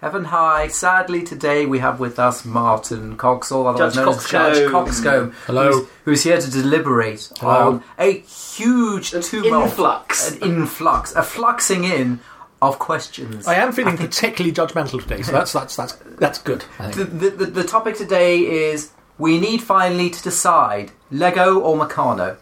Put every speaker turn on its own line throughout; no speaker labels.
Seven High. Sadly, today we have with us Martin Coxall, otherwise
Judge
known as Judge Coxcomb,
Coxcomb.
Hello.
Who's, who's here to deliberate
Hello.
on a huge tumult,
influx.
an influx, a fluxing in of questions.
I am feeling particularly judgmental today, so that's that's that's that's good. I think.
The, the, the, the topic today is we need finally to decide Lego or Meccano.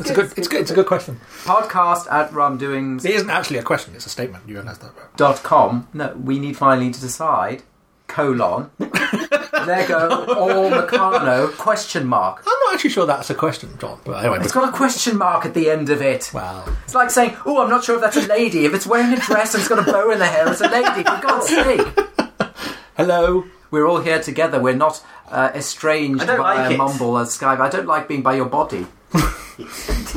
It's a good it's good it's a good question.
Podcast at ramdoings.
It isn't actually a question; it's a statement. You realise that? right?
dot com. No, we need finally to decide colon Lego or Meccano question mark.
I'm not actually sure that's a question, John. But anyway,
It's got a question mark at the end of it.
well,
It's like saying, "Oh, I'm not sure if that's a lady. If it's wearing a dress and it's got a bow in the hair, it's a lady." For God's sake,
hello.
we're all here together. We're not uh, estranged
I don't
by
like
a
it.
mumble or Skype. I don't like being by your body.
It's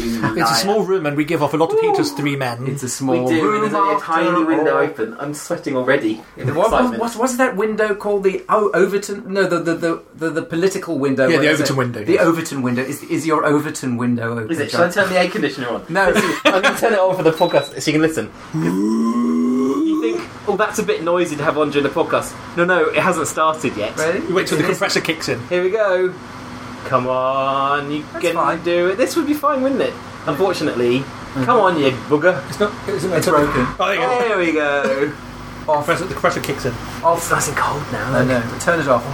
a small room, and we give off a lot of heat as three men.
It's a
We
small
do, and
room.
there's only a
after
tiny window
all.
open. I'm sweating already in
What, what,
excitement.
what, what's that window called? The oh, Overton? No, the the, the, the the political window.
Yeah,
What
the
is
Overton
it?
window,
The
yes.
Overton window is is your Overton window open?
Is it? Shall I
John?
turn the air conditioner on?
No,
I'm going to turn it on for the podcast so you can listen. 'Cause You think, oh, that's a bit noisy to have on during the podcast. No, no, it hasn't started yet.
ready?
You wait till the
It is-
compressor kicks in.
Here we go. Come on, you can
fine. Mm-hmm.
do it. This would be fine, wouldn't it? Unfortunately. Come on, you booger.
It's not. It's,
It's broken.
Oh, there you go.
There we go.
Off.
Compressor- the compressor kicks in.
Off.
nice and cold now. Mm-hmm.
No, no. Turn it off.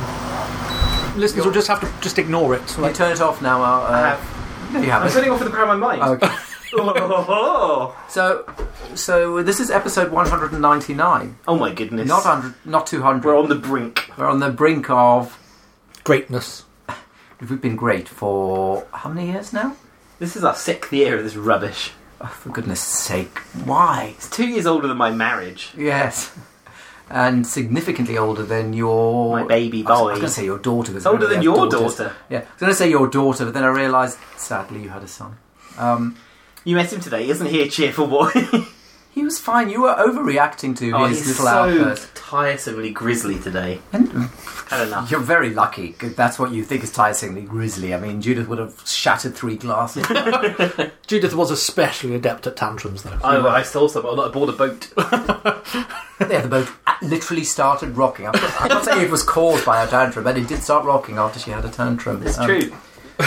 Listeners will just have to just ignore it.
You turn it off now. I'll, uh,
I have.
No, you
I'm
haven't.
turning off for the power of my mind.
Okay.
Oh,
So, so this is episode 199.
oh my goodness.
Not 100. Not 200.
We're on the brink.
We're on the brink of.
greatness.
We've been great for how many years now?
This is our sixth year of this rubbish.
Oh, for goodness' sake, why?
It's two years older than my marriage.
Yes. And significantly older than your
My baby
I was- I
boy.
was going to say your daughter was
It's older than your daughter.
Yeah, I was going to say your daughter, but then I realised sadly you had a son. Um,
You met him today, isn't he a cheerful boy?
he was fine. You were overreacting to
oh,
his
he's
little
so
outburst.
tiresomely grizzly today.
And
Had enough.
you're very lucky. 'cause That's what you think is tiresomely grizzly. I mean, Judith would have shattered three glasses.
Judith was especially adept at tantrums, though.
I, I stole some. I bought a boat.
yeah, the boat a- literally started rocking. I'm not, I'm not saying it was caused by her tantrum, but it did start rocking after she had a tantrum.
It's
Um,
true.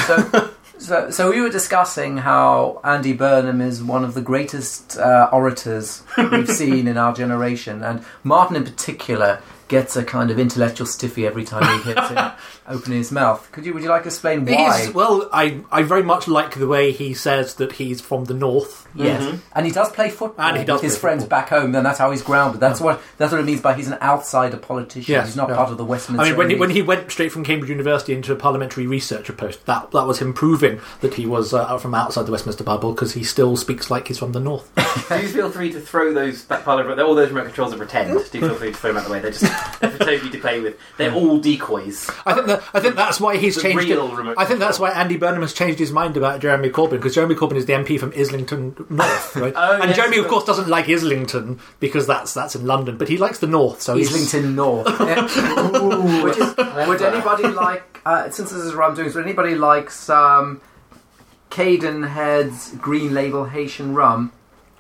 So, so, so we were discussing how Andy Burnham is one of the greatest uh, orators we've seen in our generation, and Martin in particular gets a kind of intellectual stiffy every time he hears him opening his mouth. Could you? Would you like to explain
It
why?
is- well, I I very much like the way he says that he's from the north.
Yes, and he does play football
mm-hmm. And he does
with his
play
friends
football.
back home, and that's how he's grounded. That's what that's what it means by he's an outsider politician.
Yes,
he's not
yeah.
part of the
I
Westminster.
mean, when he,
elite.
when he went straight from Cambridge University into a parliamentary researcher post, that that was him proving that he was uh, from outside the Westminster bubble because he still speaks like he's from the north.
Do feel free to throw those that pile of all those remote controls are pretend. Do feel free to throw them out the way. They're just they're for Toby to play with. They're all decoys.
I think that, I think that's why he's
The
changed.
real
it.
remote
I think that's why
control.
Andy Burnham has changed his mind about Jeremy Corbyn because Jeremy Corbyn is the MP from Islington North, right?
Oh,
and
yes,
Jeremy, of
but-
course, doesn't like Islington because that's that's in London, but he likes the north. So he's-
Islington North. Yeah. Ooh, which is, would
Clever.
anybody like, uh, since this is what I'm doing, would anybody like some Caden Head's Green Label Haitian rum?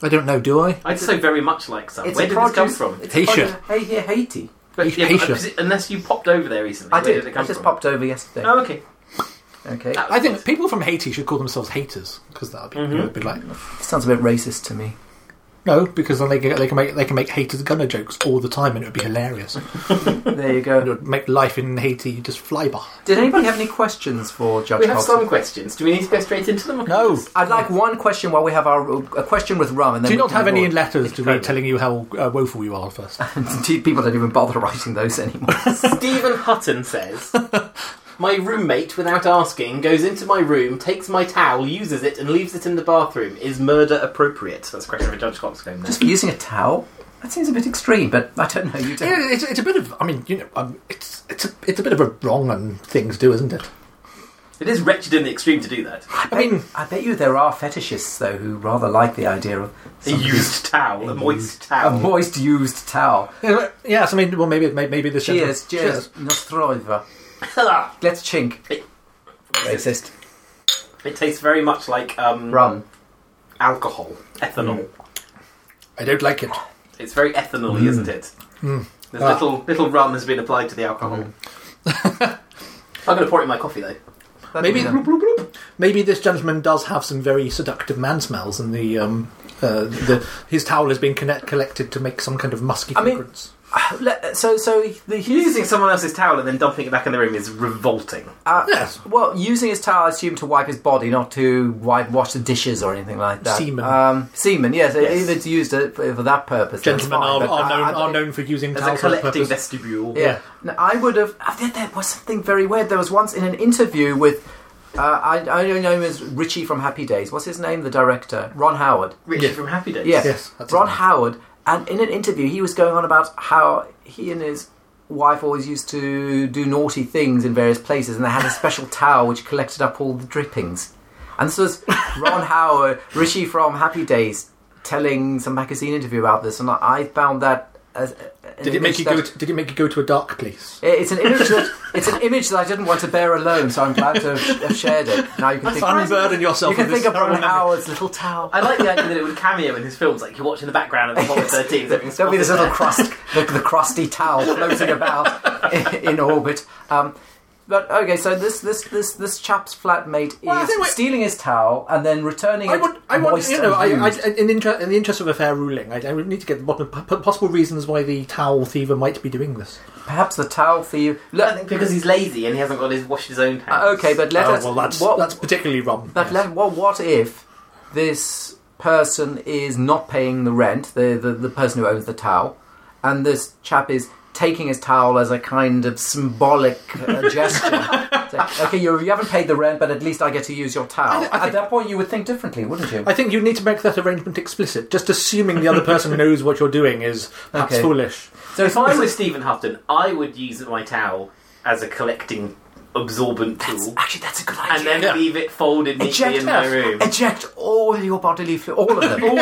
I don't know, do I?
I'd so very much like some. Where did this come from?
It's a
Haitian.
produce- Hey, here, Haiti.
But, yeah, but
Haitian.
I presu- unless you popped over there recently.
I
where
did.
it
I
come
just
from?
popped over yesterday.
Oh, okay.
Okay.
That was
I think
nice.
people from Haiti should call themselves haters because that would be, you
Mm-hmm.
know, it'd be like
sounds a bit racist to me.
no, because then they can, they can make they can make haters gunner jokes all the time and it would be hilarious.
There you
it
go.
would make life in Haiti just fly by.
Did anybody have any questions for Judge
we have
Hobson?
some questions. Do we need to go straight into them?
No,
I'd like one question while we have our a question with rum, and then
do you
we
not
can
have any
move
in letters to me
incredible.
telling you how uh, woeful you are first?
on. Indeed, People don't even bother writing those anymore.
Stephen Hutton says, My roommate, without asking, goes into my room, takes my towel, uses it, and leaves it in the bathroom. Is murder appropriate? That's a question for Judge Coxcomb.
Just for using a towel. That seems a bit extreme, but I don't know. You don't.
Yeah, it's, it's a bit of. I mean, you know, um, it's it's a, it's a bit of a wrong and thing to do, isn't it?
It is wretched in the extreme to do that.
I mean,
I bet you there are fetishists though who rather like the idea of
A used towel, a moist towel.
a moist used towel.
yeah, yes. I mean, well, maybe may- maybe this.
Cheers,
gentleman-
cheers, Nostroiva.
Ah,
Let's chink.
It-
Racist.
it tastes very much like um,
Rum. Mm.
alcohol, ethanol.
I don't like it.
It's very ethanol
Mm.
y, isn't it? There's
Ah.
little little rum has been applied to the alcohol.
Mm.
I'm going to pour it in my coffee though.
Maybe-
Yeah.
Maybe this gentleman does have some very seductive man smells, and the um, uh, the his towel has been connect- collected to make some kind of musky
I mean-
fragrance.
Le- So, so the
Using someone else's towel and then dumping it back in the room is revolting.
uh,
yes.
Well, using his towel, I assume, to wipe his body, not to wipe, wash the dishes or anything like that.
Semen.
Um, semen, yes.
Yes.
If it's used uh, for, for that purpose, that's
Gentlemen
fine,
are,
but
are,
I-
known,
I-
are known for using
As a
towels for that
collecting
purpose.
vestibule.
Yeah. No, I would have. I think there was something very weird. There was once in an interview with. Uh, I, I don't know him as Richie from Happy Days. What's his name? The director, Ron Howard.
Richie
Yeah.
from Happy Days.
Yeah,
Yes, that's his
Ron
name.
Howard. And in an interview, he was going on about how he and his wife always used to do naughty things in various places, and they had a special towel which collected up all the drippings. And this was Ron Howard, Richie from Happy Days, telling some magazine interview about this, and I- I found that. As,
Did it make you go? To, did it make you go to a dark place?
It- It's an image that it's an image that I didn't want to bear alone, so I'm glad to have, have shared it. Now you can think
Unburden yourself.
you can
of this
think of
thorough
Ron
memory.
Howard's little towel.
I like the idea that it would cameo in his films, like you watch in the background of Apollo 13.
There'll be this little crust, the, the crusty towel floating about in, in orbit. Um, but okay, so this this this this chap's flatmate
Well, I
is
think we-
stealing his towel and then returning
I
it
want, I want,
moist
you know, I,
and
I,
used.
in, the inter- in the interest of a fair ruling, I, I would need to get the bottom of po- possible reasons why the towel thiever might be doing this.
Perhaps the towel thief.
I
Look,
think because he's lazy and he hasn't got his washed his own hands.
Uh, okay, but let
Oh,
us.
well, that's
what-
that's particularly wrong.
But let, well, what if this person is not paying the rent, the, the, the person who owns the towel, and this chap is taking his towel as a kind of symbolic uh, gesture? Say, okay, you, you haven't paid the rent, but at least I get to use your towel.
I thi- I
At
think-
that point, you would think differently, wouldn't you?
I think you need to make that arrangement explicit. Just assuming the other person knows what you're doing is perhaps
Okay.
foolish.
So if I was Stephen Houghton, I would use my towel as a collecting absorbent tool,
Actually, that's a good idea.
and then
Yeah.
leave it folded neatly
Eject
in my
us.
room.
Eject all your bodily fluid, all of them.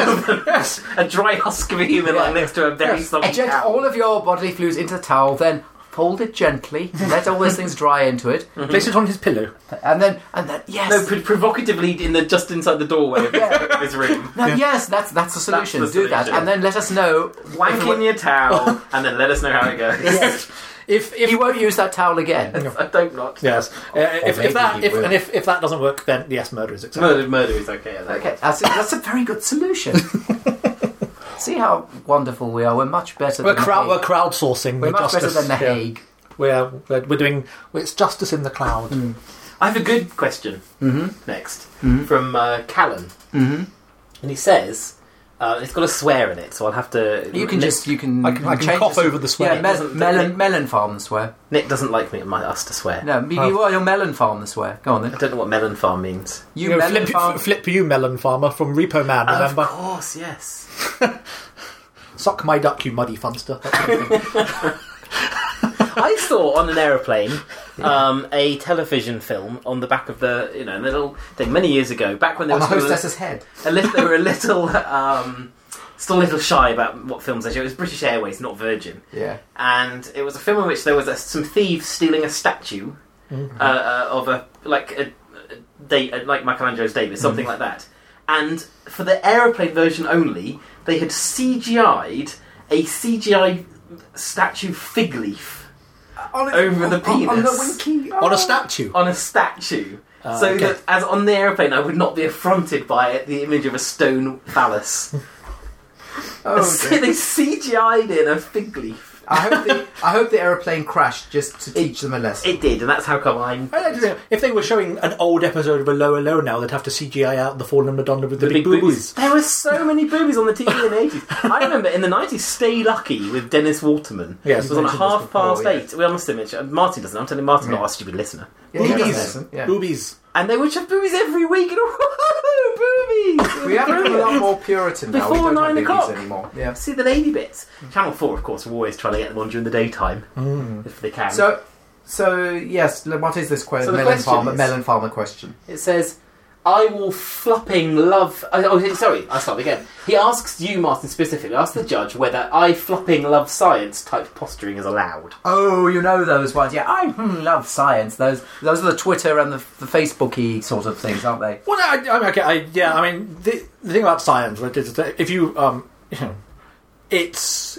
yes.
A dry husk of a human lying next to a very
Yes.
soggy
Eject
towel.
all of your bodily fluids into the towel, then fold it gently, let all those things dry into it,
Place it on his pillow.
and then, and then, yes.
No, pro- provocatively in the just inside the doorway of his, of his room.
No, yes, that's that's the solution.
That's the
Do that,
solution.
and then let us know.
Wank in your towel, and then let us know how it goes.
Yes.
If if
He won't use that towel again.
I don't not.
yes, Uh, if,
maybe
if that
he
if,
will.
and if, if that doesn't work, then yes, murder is acceptable.
Murder, murder is okay. I think.
Okay, that's a, that's a very good solution. See how wonderful we are. We're much better.
We're,
than
crowd,
the
we're
Hague.
crowdsourcing.
We're
the
much better
justice.
than the
Yeah.
Hague.
We're, we're we're doing it's justice in the cloud.
Mm.
I have a good question
Mm-hmm.
next from uh, Callan, and he says uh, it's got a swear in it, so I'll have to.
You can
Nick,
just you can.
I can- I can
change
cough
the-
over the swear.
Mm. Yeah,
It
mel-
doesn't-
melon
it-
melon farm the swear.
Nick doesn't like me. It might us to swear.
No, me,
Oh.
well, your melon farm the swear. Go on
I
then.
don't know what melon farm means.
You,
You know,
melon
flip,
farm.
flip you, melon farmer from Repo Man. Remember,
Of course, yes.
suck my duck, you muddy funster. That's what it is.
I saw on an aeroplane um, a television film on the back of the you know little thing many years ago, back when there
on the
was still a-
hostess's head.
a little, they were a little, um, still a little shy about what films they show. It was British Airways, not Virgin,
Yeah.
and it was a film in which there was a, some thieves stealing a statue
Mm-hmm.
uh, uh, of a like a, a, da- uh, like Michelangelo's David, something
Mm-hmm.
like that. And for the aeroplane version only, they had CGI'd a CGI statue fig leaf
On
Over the
On, on the
penis.
winky.
on
Oh.
a statue. Uh,
on a statue.
Ah,
so
okay.
that, as on the airplane, I would not be affronted by it, the image of a stone phallus.
Oh, dear.
they CGI'd in a fig leaf.
I hope the I hope the airplane crashed just to teach them a lesson.
It did, and that's how come I'm
Oh,
I don't know. If they were showing an old episode of a lower low now, they'd have to CGI out the fallen Madonna with the, big, boo boos.
There were so many boobies on the TV in the eighties. I remember in the nineties, Stay Lucky with Dennis Waterman.
Yes,
it was on
you
at
mentioned this
half past
before, yeah.
eight. We must admit, Martin doesn't. I'm telling Martin, not our stupid listener.
Yeah, yeah,
Boobies.
that's a lesson, yeah.
Boobies.
And they would have boobies every week. And woohoo, boobies!
We have a lot more Puritan now. We
Before
don't
nine
have babies
o'clock.
anymore. Yeah.
See the lady bits. Channel Four, of course, we're always trying to get them on during the daytime
Mm.
if they can.
So, so yes. le- What is this question?
So the
melon
question
farmer,
is-
melon farmer question.
It says, I will flopping love. I- Oh, sorry, I'll start again. He asks you, Martin, specifically, asks the judge whether I flopping love science type posturing is allowed.
Oh, you know those ones. Yeah, I hmm, love science. Those those are the Twitter and the, the Facebooky sort of things, aren't they?
Well, I, I mean, okay, I, yeah, I mean, the, the thing about science, right, is that if you, um, you know, it's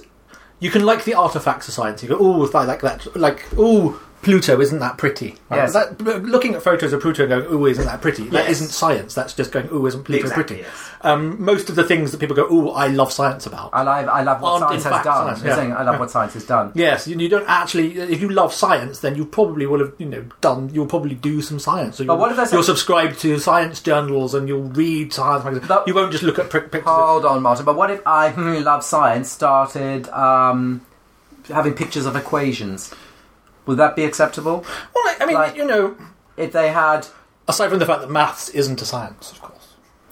you can like the artifacts of science. You go, oh, if I like that, like, oh, Pluto isn't that pretty.
Yes.
That- but looking at photos of Pluto and going, oh, isn't that pretty? That
Yes.
isn't science. That's just going, oh, isn't Pluto
Exactly,
pretty?
yes.
Um, most of the things that people go, oh, I love science about.
I love, I love what
Aren't in
science has
fact
done.
science,
You're
yeah.
saying, I love what science has done.
Yes, you, you don't actually. If you love science, then you probably will have, you know, done. You'll probably do some science. So
But
you'll-
what if there's
you'll
a-
subscribe to science journals and you'll read science magazines?
That- Oh,
you won't just look at prick pictures. of-
Hold on, Martin. But what if I who love science started um, having pictures of equations? Would that be acceptable?
Well, I mean,
Like-
you know,
If they had
aside from the fact that maths isn't a science, of course.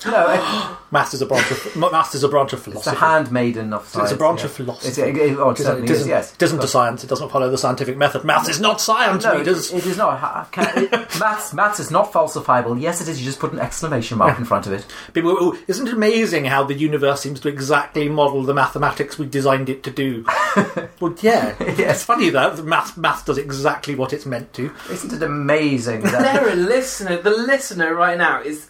no, if
Maths is a branch of m- maths is a branch of
it's a
philosophy.
handmaiden of science.
It's a branch
yeah.
of philosophy.
It's, it, it, oh, it
It doesn't,
certainly
it doesn't,
is, yes.
it doesn't a science. It doesn't follow the scientific method. Maths is not science,
No, it,
readers.
it is not. Ha- Can, it, maths, maths is not falsifiable. Yes, it is. You just put an exclamation mark in front of it.
People, go, "Oh, isn't it amazing how the universe seems to exactly model the mathematics we designed it to do? well, yeah. It's funny though. that Math math does exactly what it's meant to.
Isn't it amazing? That,
They're a listener. The listener right now is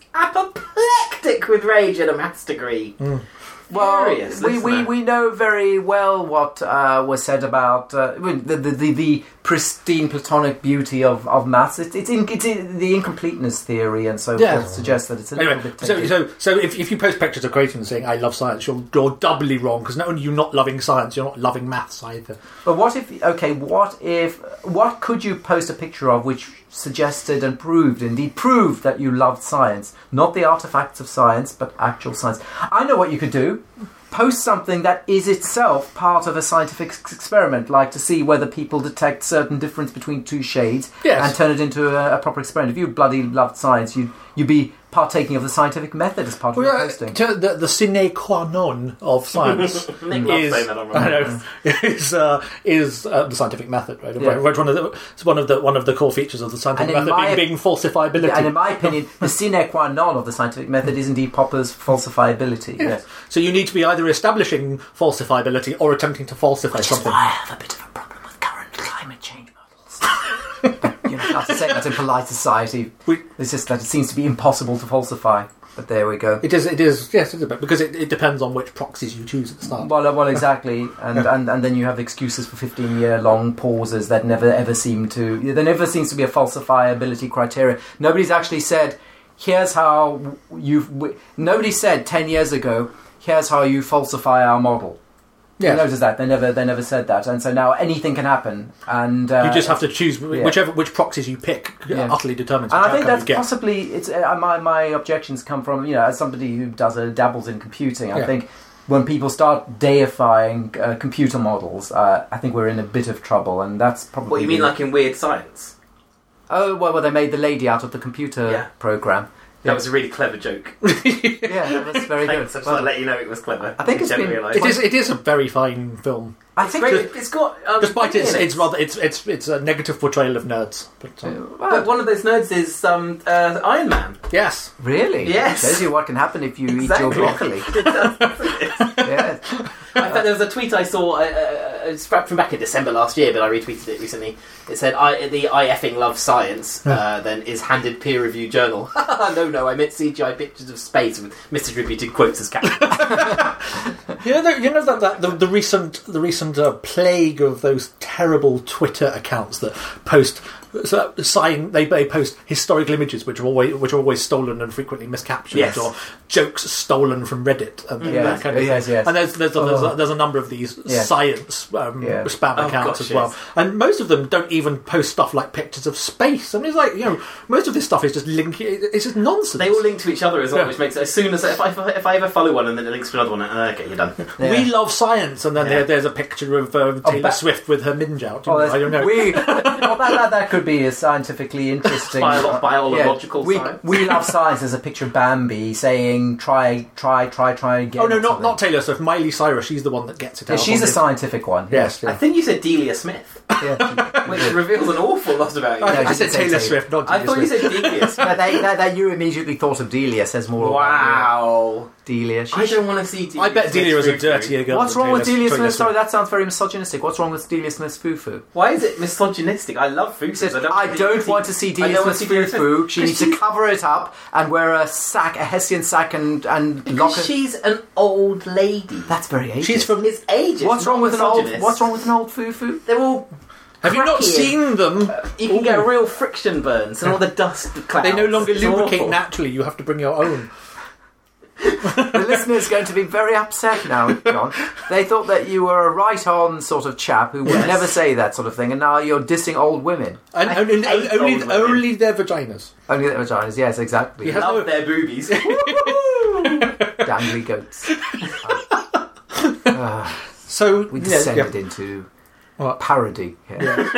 apoplectic with rage at a maths degree.
Mm. well,
Furious
we, we,
listener.
we know very well what uh, was said about uh, I mean, the, the, the, the pristine platonic beauty of, of maths. It, it's, in, it's in, the incompleteness theory and so
Yeah.
forth suggests that it's a little
Anyway,
bit.
so,
tainted.
so so if, if you post pictures of equations saying I love science, you're you're doubly wrong because not only you're not loving science, you're not loving maths either.
But what if? Okay, what if? What could you post a picture of which suggested and proved, indeed proved, that you loved science? Not the artifacts of science, but actual science. I know what you could do. Post something that is itself part of a scientific ex- experiment, like to see whether people detect certain difference between two shades
Yes.
and turn it into a, a proper experiment. If you bloody loved science, you'd you'd be partaking of the scientific method as part of your
Well, yeah,
posting.
to- the, the sine qua non of science
Nick loves
is,
saying that on
I know,
remote.
is, uh, is uh, the scientific method, right?
Yeah.
Right, one of the it's one of the one of the core features of the scientific
And in
method being,
my-
being falsifiability.
And in my opinion, the sine qua non of the scientific method is indeed Popper's falsifiability. Yes.
so you need to be either establishing falsifiability or attempting to falsify something.
I have a bit of a problem with current climate change models. You're not allowed to say that in polite society.
We-
It's just that it seems to be impossible to falsify. But there we go.
It is, it is, yes, it is, but because it, it depends on which proxies you choose at the start.
Well, uh, well, exactly, and, and and then you have excuses for fifteen-year-long pauses that never ever seem to. There never seems to be a falsifiability criteria. Nobody's actually said, "Here's how you've." W-. Nobody said ten years ago, "Here's how you falsify our model."
Yes.
You notice that they never they never said that, and so now anything can happen. And uh,
you just have to choose
yeah.
whichever which proxies you pick
Yeah.
utterly determines.
And
which
I think
outcome you
that's
get.
possibly it's uh, my my objections come from you know as somebody who does a dabbles in computing. I
Yeah.
think when people start deifying uh, computer models, uh, I think we're in a bit of trouble, and that's probably
What you mean, like in Weird Science?
oh well, well they made the lady out of the computer
Yeah.
program.
That was a really clever joke.
Yeah, that's very good.
Thanks, I just
Well,
want to let you know it was clever.
I think
You
it's
didn't
been-
realise.
It is. It is a very fine film.
I
It's
think.
great.
that-
it's got. Um,
Despite its,
opinions.
it's rather it's it's it's a negative portrayal of nerds. But, um,
well,
But one of those nerds is um, uh, Iron Man.
yes,
really?
Yes.
Shows you what can happen if you eat
Exactly.
your broccoli.
It does.
yes.
In fact, there was a tweet I saw, uh, uh, uh, scrapped from back in December last year, but I retweeted it recently. It said, I, "The I effing love science." Uh, then is handed peer review journal. no, no, I meant CGI pictures of space with misattributed quotes as caption.
you know the, you know that, that the, the recent the recent uh, plague of those terrible Twitter accounts that post so sign they, they post historical images which are always which are always stolen and frequently miscaptioned
Yes.
or jokes stolen from Reddit and
Yes,
that kind of
yes,
thing.
yes.
And there's there's a, there's,
Oh.
a, there's a number of these
Yeah.
science um,
Yeah.
spam
Oh,
accounts
gosh,
as well,
yes.
and most of them don't even post stuff like pictures of space. I mean, it's like you know most of this stuff is just linking. It's just nonsense.
they all link to each other as well,
Yeah.
which makes it as soon as if I, if I ever follow one and then it links to another one, uh, okay, you're done.
Yeah.
We love science, and then
Yeah.
there, there's a picture of uh, Taylor
ba-
Swift with her minge out.
Oh, that's-
I don't know.
We, well, that, that, that could be a scientifically interesting. uh,
Bio- biological
we,
science.
We love science. There's a picture of Bambi saying, try, try, try, try again.
oh no,
or
not
something.
not Taylor Swift. Miley Cyrus. She's the one that gets it
Yeah,
out.
she's
on
a
the-
scientific one.
Yes.
I think you said Delia Smith,
Yeah.
which reveals an awful lot about you.
No,
I
she
said
didn't say
Taylor
Taylor.
Swift, not
I
Taylor
thought you
Swift.
said Delia Smith.
but they, that, that you immediately thought of Delia says more. about
Wow.
Delia. She-
I don't want to see Delia.
I bet
Smith
Delia is a
through through.
dirtier girl.
What's
than
wrong with Delia
Tony
Smith?
Smith.
Sorry, that sounds very misogynistic. What's wrong with Delia Smith's foo foo?
Why is it misogynistic? I love food.
He says, I don't want to see
I
Delia
don't want
Smith's
to see Delia
foo
Smith.
foo. She needs
Because
to
she-
cover it up and wear a sack, a Hessian sack, and, and lock
Because
it.
she's an old lady.
That's very ageist.
She's from.
It's ages.
What's wrong with an old?
misogynist.
What's wrong with an old foo foo?
They're all.
Have you not
Cracky.
seen them?
Uh,
You can get
Ooh.
real friction burns and all the dust clouds.
They no longer
It's
lubricate
awful.
naturally. You have to bring your own.
The listener's going to be very upset now, John. They thought that you were a right-on sort of chap who would
Yes.
never say that sort of thing, and now you're dissing old women.
And
I
only,
hate
only,
old women.
only their vaginas.
Only their vaginas. Yes, exactly.
You have-
Love their boobies.
Dangly goats. Ah,
So
we
yeah,
descended
yeah.
into
What?
parody here.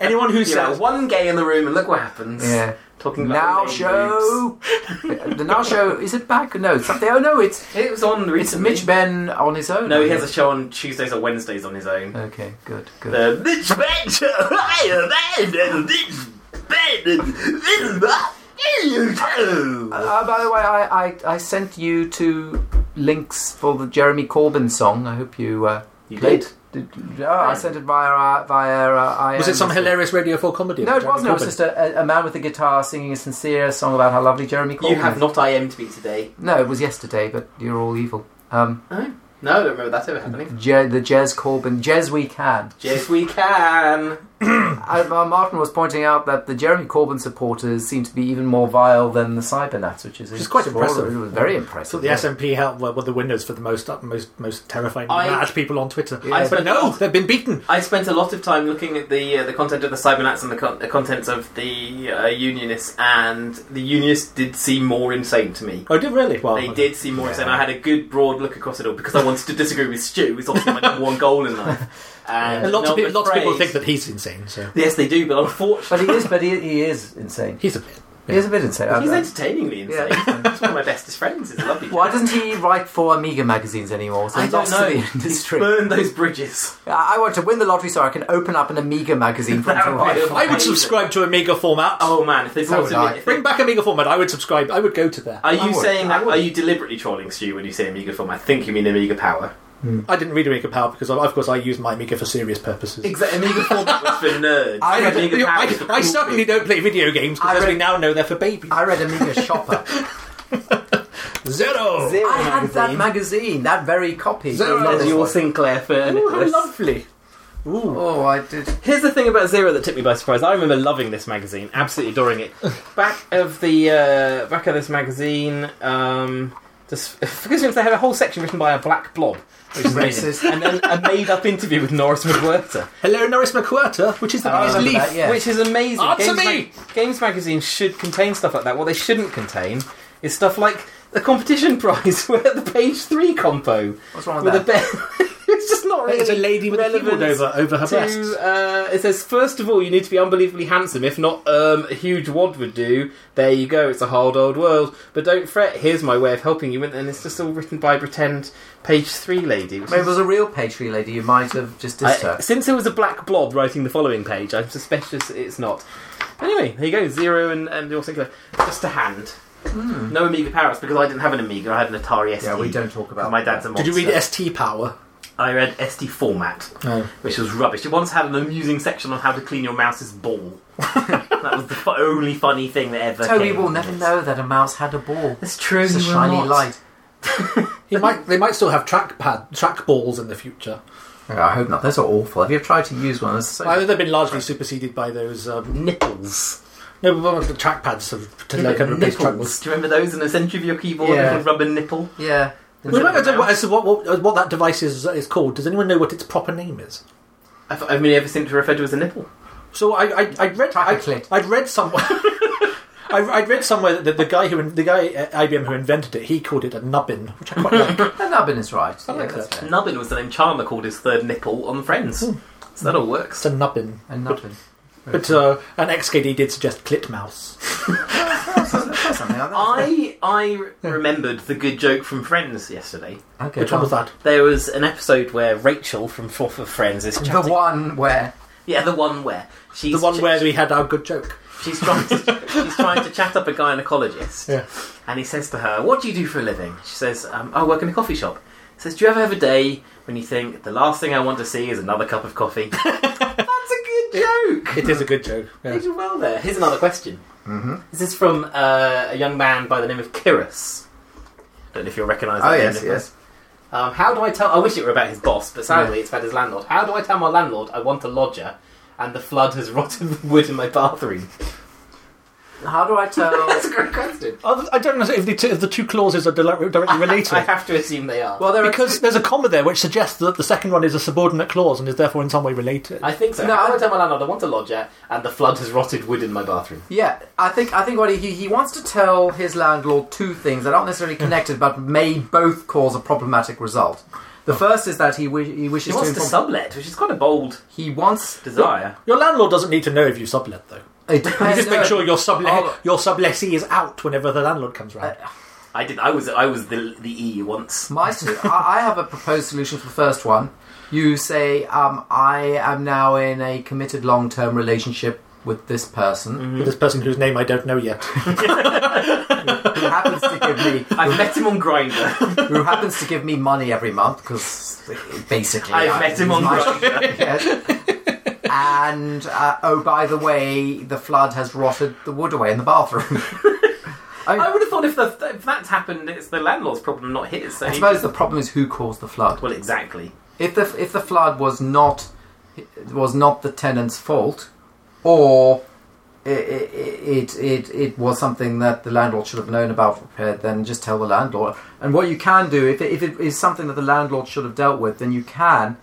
Anyone who
you know,
says
one gay in the room and look what happens.
yeah.
Talking about
Now
old lady
show. the now show is it back? No, it's something. Oh no, it's
boobs. It was on
it's
recently.
Mitch Ben on his own.
No, he
I
has Uh, a
guess.
show on Tuesdays or Wednesdays on his own.
Okay, good, good.
The Mitch Ben show. I am Ben. Mitch Ben. This is my show.
Uh, by the way, I, I, I sent you two links for the Jeremy Corbyn song. I hope you, uh,
You
played.
did.
Did, oh, I sent it via uh, via. Uh, I
was it some
Mr.
hilarious Radio Four comedy?
No,
with
it wasn't. It was
Jeremy
just a, a- a man with a guitar singing a sincere song about how lovely Jeremy Corbyn.
You have
is.
not IM'd me today.
No, it was yesterday, but you're all evil. Um,
No, I don't remember that ever happening.
Je- the Jez Corbyn, Jez we can.
Yes, we can.
I, uh, Martin was pointing out that the Jeremy Corbyn supporters seem to be even more vile than the Cybernats, which is
Which is quite
extraordinary.
impressive.
It was very
So
impressive.
the
yeah.
SNP help were, were the winners for the most uh, most most terrifying
I-
mad people on Twitter.
Yeah. I
But
spent-
no, they've been beaten.
I spent a lot of time looking at the uh, the content of the Cybernats and the, con- the contents of the uh, Unionists, and the Unionists did seem more insane to me.
Oh, did really? Well,
They
okay.
did seem more insane. I had a good broad look across it all because I wanted to disagree with Stu. It's obviously my number one goal in life. And
A lot
no,
of people,
I'm
lots of people
afraid-
think that he's insane. So
Yes, they do, but
But
unfortunately,
he is, but he, he is insane.
he's a bit.
He is a bit insane.
he's
I- I-
entertainingly insane.
Yeah.
He's one of my bestest friends. He's a lovely.
Why
chap.
doesn't he write for Amiga magazines anymore? So
I don't
lost to
know.
the
He's
industry.
burned those bridges.
I I want to win the lottery so I can open up an Amiga magazine for
That would be
life.
awful.
I would subscribe to Amiga format.
Oh man, if they
So
brought
would
him
I.
in, if they
Bring back Amiga format. I would subscribe. I would go to there.
Are
I
you
would.
saying
I
that?
would.
Are you deliberately trolling Stu when you say Amiga film? I think you mean Amiga Power.
I didn't read Amiga Power because, I, of course, I use my Amiga for serious purposes.
Exactly. Amiga Form was for nerds.
I read-
Amiga Power was
I,
for
I
cool
certainly
people.
don't play video games
I
because, as
read-
we now know, they're for babies.
I read Amiga Shopper.
Zero.
I had that magazine, that very copy.
Zero.
The leather
There's your
one.
Sinclair fern.
Ooh, how lovely. Ooh.
Oh, I did.
Here's the thing about Zero that took me by surprise. I remember loving this magazine, absolutely adoring it. Back of the uh, back of this magazine, um, just because they had a whole section written by a black blob, which is
Racist.
amazing, and then a made-up interview with Norris McWhirter.
Hello, Norris McWhirter, which is the
Oh, I
biggest
remember
leaf.
that, yeah.
Which is amazing.
Answer
Games,
me!
mag- Games magazine should contain stuff like that. What they shouldn't contain is stuff like the competition prize, where the page three compo
What's wrong with
with a
that?
bed. it's just not really.
It's a lady with a keyboard
relevance
over, over her breasts.
to, uh, it says first of all you need to be unbelievably handsome if not um, a huge wad would do there you go it's a hard old world but don't fret here's my way of helping you and then it's just all written by pretend page 3 lady which
Maybe
is-
it was a real pastry lady. You might have just uh, dissed
I,
her.
since it was a black blob writing the following page, I'm suspicious it's not. Anyway, there you go, Zero and, and your Sinclair. Just a hand. No Amiga Paris because I didn't have an Amiga, I had an Atari ST.
Hmm. Yeah, we don't talk about
My dad's a monster.
Did you read ST Power?
I read ST Format,
No.
which was rubbish. It once had an amusing section on how to clean your mouse's ball. that was the fu- only funny thing that ever
Toby
came
will
from
never
this.
know that a mouse had a ball.
It's true,
It's a
you will
shiny
not.
light.
He might. They might still have trackpad trackballs in the future.
I hope not. Those are awful. Have you tried to use one? There's so-
I think they've been largely superseded by those. Um,
Nipples.
no, but what about the trackpads have to like,
Nipples.
replace trackballs.
Do you remember those in the centre of your keyboard?
Yeah.
Little rubber nipple?
yeah.
Well, I don't know what, as to what, what, what that device is, is called. Does anyone know what its proper name is?
I've I've only ever seen it referred to as a nipple.
So I, I, I read. I,
Trackerclit.
I'd read somewhere. I, I'd read somewhere that the guy who the guy at IBM who invented it, he called it a nubbin, which I quite like.
And Nubbin is right.
I like
Yeah, that's
that.
fair.
Nubbin was the name Chandler called his third nipple on Friends. So that all works.
It's a nubbin.
And Nubbin.
But uh, an XKD did suggest Clitmouse.
something like that.
I I remembered the good joke from Friends yesterday.
okay,
Which one
well,
was that?
There was an episode where Rachel from Fluff of Friends is
The
chatting.
one where
yeah, the one where she's
The one
ch-
where we had our good joke.
she's trying to, she's trying to chat up a gynecologist.
Yeah.
And he says to her, "What do you do for a living?" She says, um, "I work in a coffee shop." He says, "Do you ever have a day when you think the last thing I want to see is another cup of coffee?" That's a good joke.
It is a good joke. yeah.
They did well there. Here's another question.
Mm-hmm.
This is from uh, a young man by the name of Kyrus. Don't know if you'll recognise that
Oh,
name,
yes,
Nicholas. Um, how do I tell? I wish it were about his boss, but sadly it's about his landlord. How do I tell my landlord I want a lodger and the flood has rotted the wood in my bathroom?
How do I tell?
That's a great question.
Other- Oh, I don't know if the two, if the two clauses are dil- directly related.
I have to assume they are.
well, there are
because there's a comma there which suggests that the second one is a subordinate clause and is therefore in some way related.
I think so.
No,
how do I
I-
tell my landlord I want a lodger and the flood has rotted wood in my bathroom?
Yeah, I think I think what he he wants to tell his landlord two things that aren't necessarily connected, but may both cause a problematic result. The first is that he, wi- he wishes
She wants
to
to
inform
sublet, which is quite a bold
he wants
desire.
Your landlord doesn't need to know if you sublet, though.
it
You
depends-
just make sure your sublet
Oh.
your sublessee is out whenever the landlord comes round.
I did. I was. I was the the E once.
My s- I I have a proposed solution for the first one. You say um, I am now in a committed long term relationship with this person
With this person whose name I don't know yet.
who happens to give me
I've met him on Grinder.
who happens to give me money every month because basically
I've
I-
met him on
my-
Grinder.
Yes. and uh, oh, by the way, the flood has rotted the wood away in the bathroom. I, mean,
I would have thought if, the, if that's happened, it's the landlord's problem, not his. So
I
he-
suppose the problem is who caused the flood.
Well, exactly.
If the if the flood was not was not the tenant's fault, or it it, it it was something that the landlord should have known about prepared, then just tell the landlord. And what you can do if it, if it is something that the landlord should have dealt with, then you can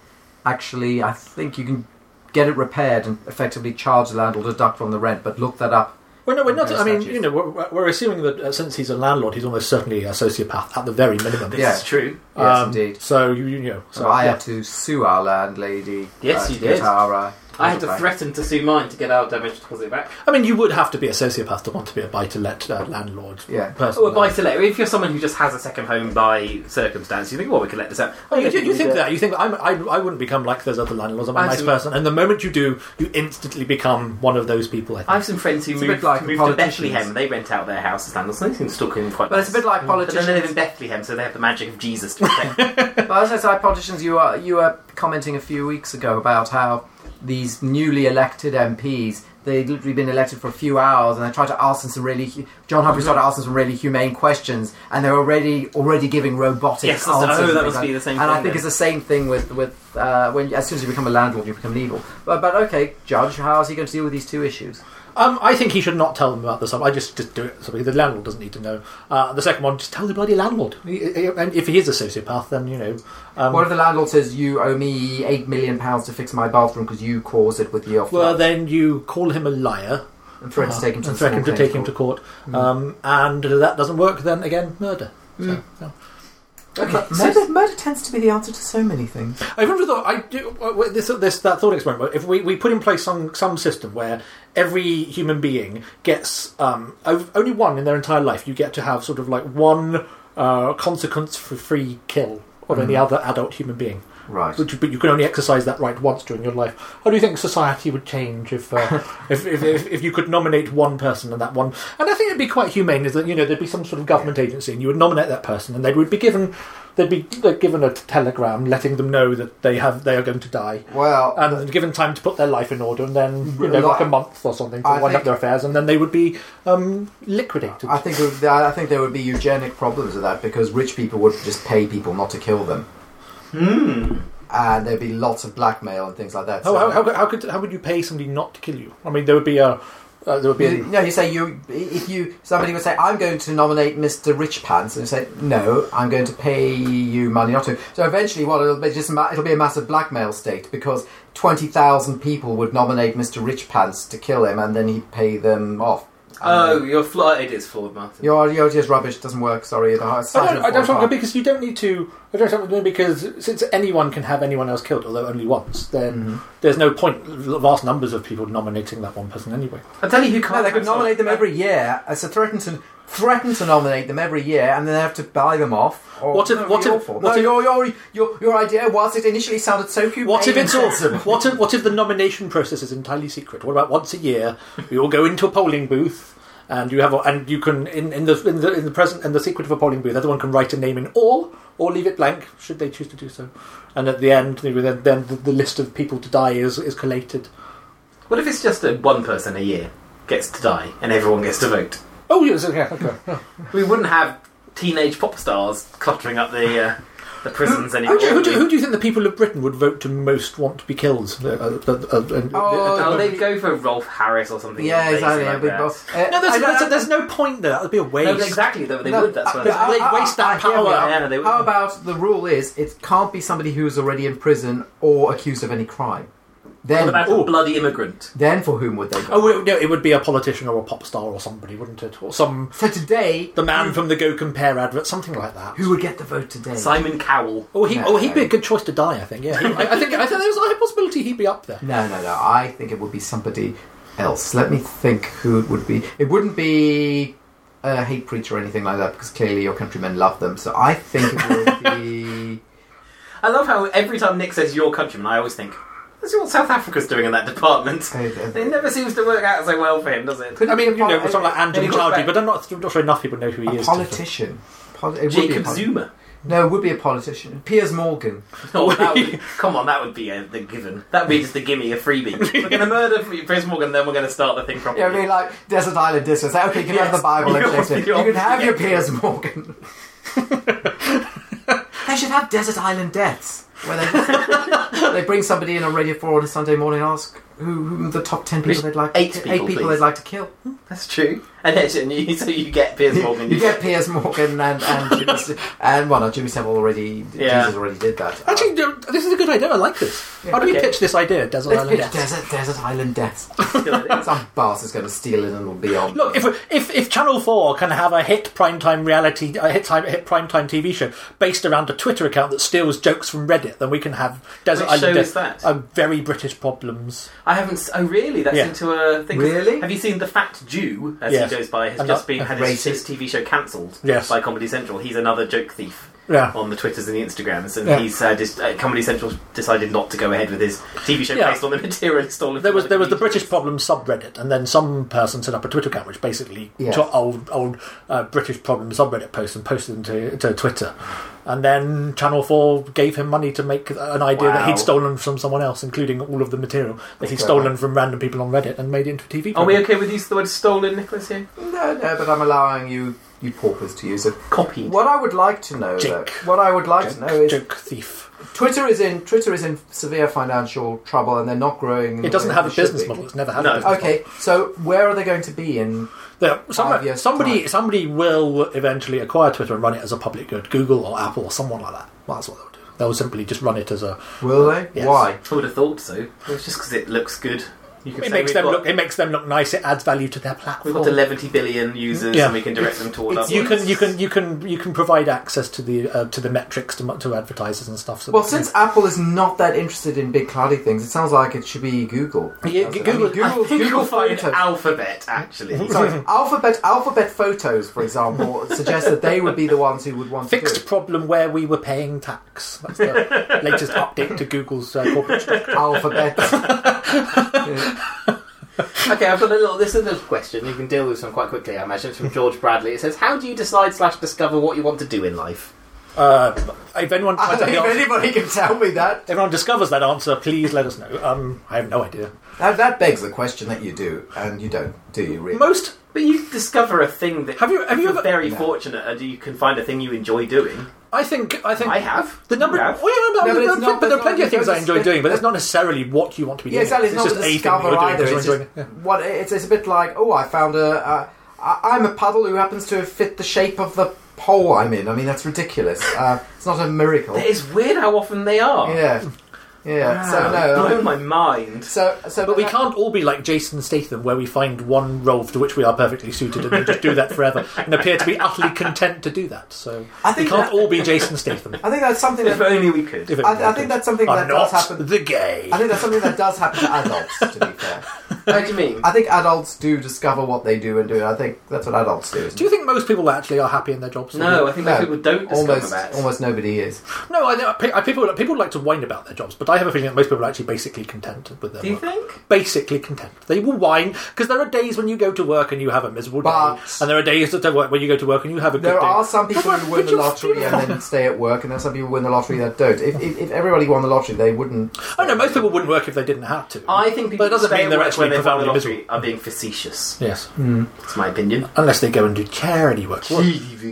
actually I think you can get it repaired and effectively charge the landlord a duck from the rent. But look that up.
Well, no, we're not.
No
I mean,
statute.
you know, we're, we're assuming that uh, since he's a landlord, he's almost certainly a sociopath at the very minimum.
This
Yeah.
is true.
Yes,
Um,
indeed.
So you, you know, so
So I
yeah.
had to sue our landlady. uh,
Yes, you
to get
did.
Our, uh,
I had to
back.
threaten to sue mine to get our damage deposit back.
I mean, you would have to be a sociopath to want to be a buy-to-let uh, landlord.
Yeah.
person.
Oh, a buy to let. If you're someone who just has a second home by circumstance, you think, well, we could let this out.
Oh, you, you, you think
Yeah.
that? You think I'm, I, I wouldn't become like those other landlords. I'm a
I
nice
see.
person, and the moment you do, you instantly become one of those people. I think.
I have some friends who
It's a
moved,
bit like
moved to
politicians.
Bethlehem. They rent out their house as landlords. and They seem to still doing quite
But it's a
nice.
bit like
Mm. But then
politicians.
they live in Bethlehem, so they have the magic of Jesus to protect them.
Well, as I say, politicians, you are you were commenting a few weeks ago about how these newly elected MPs they've literally been elected for a few hours and they tried to ask them some really hu- John Humphrey started asking some really humane questions and they're already already giving robotic
Yes, that's-
answers.
oh,
and
that
things
must be the same
And I
thing
think
then.
it's the same thing with with uh, when as soon as you become a landlord, you become an evil. But, but okay, judge, how is he going to deal with these two issues?
Um, I think he should not tell them about the sub. I just just do it. Somebody, the landlord doesn't need to know. Uh, the second one, just tell the bloody landlord. He- he- And if he is a sociopath, then you know. Um,
What if the landlord says you owe me eight million pounds to fix my bathroom because you caused it with your
well,
flood
then you call him a liar
and threatened to take him to
and
the
threaten
small
to take him
claims
to
court. Mm.
court. Um, and if that doesn't work, then again, murder. So, yeah.
Mm. Okay, murder, murder tends to be the answer to so many things.
I've often thought I do uh, well, this, this that thought experiment. where If we, we put in place some some system where every human being gets um, o- only one in their entire life, you get to have sort of like one uh, consequence for free kill on any other adult human being.
Right.
Which, but you can only exercise that right once during your life. How do you think society would change if, uh, if, if, if if you could nominate one person and that one? And I think it'd be quite humane. Is that you know there'd be some sort of government agency and you would nominate that person and they would be given they'd be they'd given a telegram letting them know that they have they are going to die
Well,
and given time to put their life in order and then you know like a month or something to
I
wind up
think-
their affairs and then they would be um, liquidated.
I think it would- I think there would be eugenic problems with that because rich people would just pay people not to kill them,
Hmm.
and there'd be lots of blackmail and things like that.
How, how, how, could- how could how would you pay somebody not to kill you? I mean, there would be a uh, there would be
you,
a,
no, you say you if you somebody would say I'm going to nominate Mr. Rich Pants and you say no, I'm going to pay you money not to. So eventually, what it'll be just ma- it'll be a massive blackmail state because twenty thousand people would nominate Mr. Rich Pants to kill him and then he'd pay them off.
Oh, your flaw. It is flawed, Martin.
Your your idea's rubbish. Doesn't work. Sorry. The I
I don't, I don't think because you don't need to. I don't think because since anyone can have anyone else killed, although only once, then
Mm-hmm.
there's no point. Vast numbers of people nominating that one person anyway.
I'll tell you who can't.
No, they could
have some-
nominate them every year as a threaten to threaten to nominate them every year, and then they have to buy them off. Or,
What if-
No, it'd
what
be
if-
awful.
what
No,
if-
your, your your your idea, whilst it initially sounded so cute,
What if it's all?
awesome?
What if, what if the nomination process is entirely secret? What about once a year we all go into a polling booth and you have a- and you can in, in the in the in the present in the secret of a polling booth, everyone can write a name in all or leave it blank should they choose to do so. And at the end, you know, then, then the, the list of people to die is is collated.
What if it's just that one person a year gets to die and everyone gets to vote?
Oh yes, yeah, okay.
We wouldn't have teenage pop stars cluttering up the uh, the prisons anymore.
Who do, you- who, do, you- who do you think the people of Britain would vote to most want to be killed? Uh, uh, uh, uh, uh, uh,
Oh,
Oh, they'd go for Rolf Harris or something.
Yeah,
crazy
exactly.
Like
it'd be
that.
both- uh,
no,
I
there's,
don't
there's,
know.
there's no point there. That would be a
No,
waste.
but exactly. They, they
No,
would. That's
uh,
what
but
I'm saying.
They
I- I-
waste that
I hear
power.
you.
Yeah, no, they
How
wouldn't.
about the rule is it can't be somebody who's already in prison or accused of any crime?
What
Then,
about
Ooh.
a bloody immigrant?
then for whom would they go?
Oh it- no, it would be a politician or a pop star or somebody, wouldn't it? Or some
So today,
the man from the Go Compare advert, something like that.
who would get the vote today?
Simon Cowell.
Oh, he,
No,
oh, he'd be
no.
a good choice to die. I think. Yeah, he, I, I think. I think there's a high possibility he'd be up there.
No, no, no. I think it would be somebody else. Let me think who it would be. It wouldn't be a hate preacher or anything like that because clearly your countrymen love them. So I think it would be.
I love how every time Nick says your countryman, I always think, let's see what South Africa's doing in that department. It never seems to work out so well for him, does it?
Could it
I mean,
be
you
a
know,
poli-
someone like Andy
Maybe
McLeod,
Wolfgang.
but I'm not, I'm not sure enough people know who he
a
is. to-
politician. Poli- it would be a
Jacob
poli-
Zuma.
No, it would be a politician. Piers Morgan.
Oh, that would, come on, that would be a, the given. That would be just the gimme, a freebie. we're going to murder Prince Morgan, then we're going to start the thing properly.
Yeah, I mean, like Desert Island Disco. Say, okay, you can
Yes.
have the Bible and
You're-
Shakespeare. You
you're-
can have your
yeah.
Piers Morgan. they should have Desert Island Deaths, where they they bring somebody in on Radio Four on a Sunday morning and ask who, who the top ten people
Which-
they'd like
eight people,
they'd
please.
like to kill.
That's true. And then, so you, so you get Piers Morgan.
you get Piers Morgan and and Jimmy, Se- and well, no, Jimmy Savile already.
Yeah.
Jesus already did that. Uh,
Actually, no, this is a good idea. I like this. How do we
Okay.
pitch this idea, Desert
Let's
Island
pitch
Death?
Desert, Desert Island Deaths.
Piers.
Some bastard's going to steal it and it'll be on.
Look, if, if if Channel Four can have a hit primetime reality, a hit time hit primetime TV show based around a Twitter account that steals jokes from Reddit, then we can have Desert
Which
Island
show
Death-
is that?
uh, very British problems.
I haven't. s- Oh, really? That's
Yeah.
into a thing. 'Cause
Really?
Have you seen the Fat Jew? As
Yes.
he goes by, has
And that-
just been had
uh,
his, his
racist.
TV show cancelled
Yes.
by Comedy Central. He's another joke thief
Yeah.
on the Twitters and the Instagrams, and
Yeah.
he's uh, just uh, Comedy Central decided not to go ahead with his TV show
Yeah.
based on the material stolen.
There
from
was
other
there was the
comedians.
British Problems subreddit, and then some person set up a Twitter account which basically
Yes.
took old old uh, British Problem subreddit posts and posted them to, to Twitter, and then Channel Four gave him money to make an idea that
Wow.
he'd stolen from someone else, including all of the material that he'd
clever.
stolen from random people on Reddit, and made it into a TV.
Are
Program.
we okay with use of the word stolen, Nicholas? Here,
no, no, but I'm allowing you, you paupers, to use it.
copied.
What I would like to know, though,
Jink.
what I would like to know
joke,
is
joke thief?
Twitter is in Twitter is in severe financial trouble, and they're not growing.
It doesn't have a business model.
model.
It's never had
No.
a business
Okay, so where are they going to be in?
model. There- some-
Five years'
somebody,
time.
somebody will eventually acquire Twitter and run it as a public good. Google or Apple or someone like that. Well, that's what they'll do. They'll simply just run it as a.
Will they?
Yes.
Why?
I would have thought so. It was just because it looks good. You could
It
say
makes
we've
them
got-
look. It makes them look nice. It adds value to their
We've got
platform.
11 billion users,
Yeah.
and we can direct them toward
it's-
us.
You can, you can, you can, you can provide access to the uh, to the metrics to, mu- to advertisers and stuff. So
Well,
that-
since Apple is not that interested in big cloudy things, it sounds like it should be Google.
Yeah,
That's it.
Google-
I mean, Google,
I think
Google
you'll find
Photos.
Alphabet actually.
Sorry, Alphabet Alphabet Photos, for example, suggests that they would be the ones who would want to do
fixed
it.
problem where we were paying tax. That's the latest update to Google's uh, corporate structure.
Alphabet.
Okay, I've got a little. This is a little question. You can deal with some quite quickly, I imagine. It's from George Bradley. It says, "How do you decide slash discover what you want to do in life?"
Uh, if anyone
I
finds
don't
out the
know if
answer,
anybody can tell me that.
if anyone discovers that answer, please let us know. Um, I have no idea.
Now that begs the question that you do, and you don't, do you? Really?
Most
But you discover a thing that
Have you- have you
are
ever-
very
No.
fortunate, and you can find a thing you enjoy doing.
I think I think
I have
the number.
You have.
Oh, yeah,
No,
no, but,
but it's
there-
not-
but there are
it's
plenty
not-
of things I
it's-
enjoy doing, but that's not necessarily what you want to be
Yeah,
doing.
exactly. It's, not
just
to
a thing
discover
you're doing
either.
because
It's,
you're
just
enjoying it.
what it's, it's a bit like, oh, I found a, uh, I, I'm a puddle who happens to fit the shape of the pole I'm in. I mean, that's ridiculous. Uh, it's not a miracle.
It is weird how often they are.
Yeah, yeah.
Wow,
So no. I
blow
mean,
my mind.
so so,
Ah. But we can't all be like Jason Statham, where we find one role to which we are perfectly suited and then just do that forever and appear to be utterly content to do that. So
I
we
think
can't
that-
all be Jason Statham.
I think that's something
If
that
only we could.
If it
I, I
matters.
think that's something
I'm
that does
not
happen.
the gay.
I think that's something that does happen to adults. To be fair,
How do you mean?
I think adults do discover what they do and do it. I think that's what adults do. Isn't
Do you think most people actually are happy in their jobs?
No, I think most
No,
people don't
it?
discover
Almost,
that.
almost nobody is.
no. I know pe- I- people people like to whine about their jobs, but I have a feeling that most people are actually basically content with their
Do you
work.
think?
Basically content. They will whine because there are days when you go to work and you have a miserable
But-
day, and there are days that don't work when you go to work and you have a good
There
day.
are some people
But-
who win
but
the
you're
lottery and then stay at work, and there are some people who win the lottery that don't. If, if, if everybody won the lottery, they wouldn't.
I know Oh, most people wouldn't work if they didn't have to.
I think people
But it doesn't
stay
mean
at
they're
work
actually
when they've won the
profoundly
lottery
miserable.
are being facetious.
Yes,
It's my opinion.
unless they go and do charity work. Well,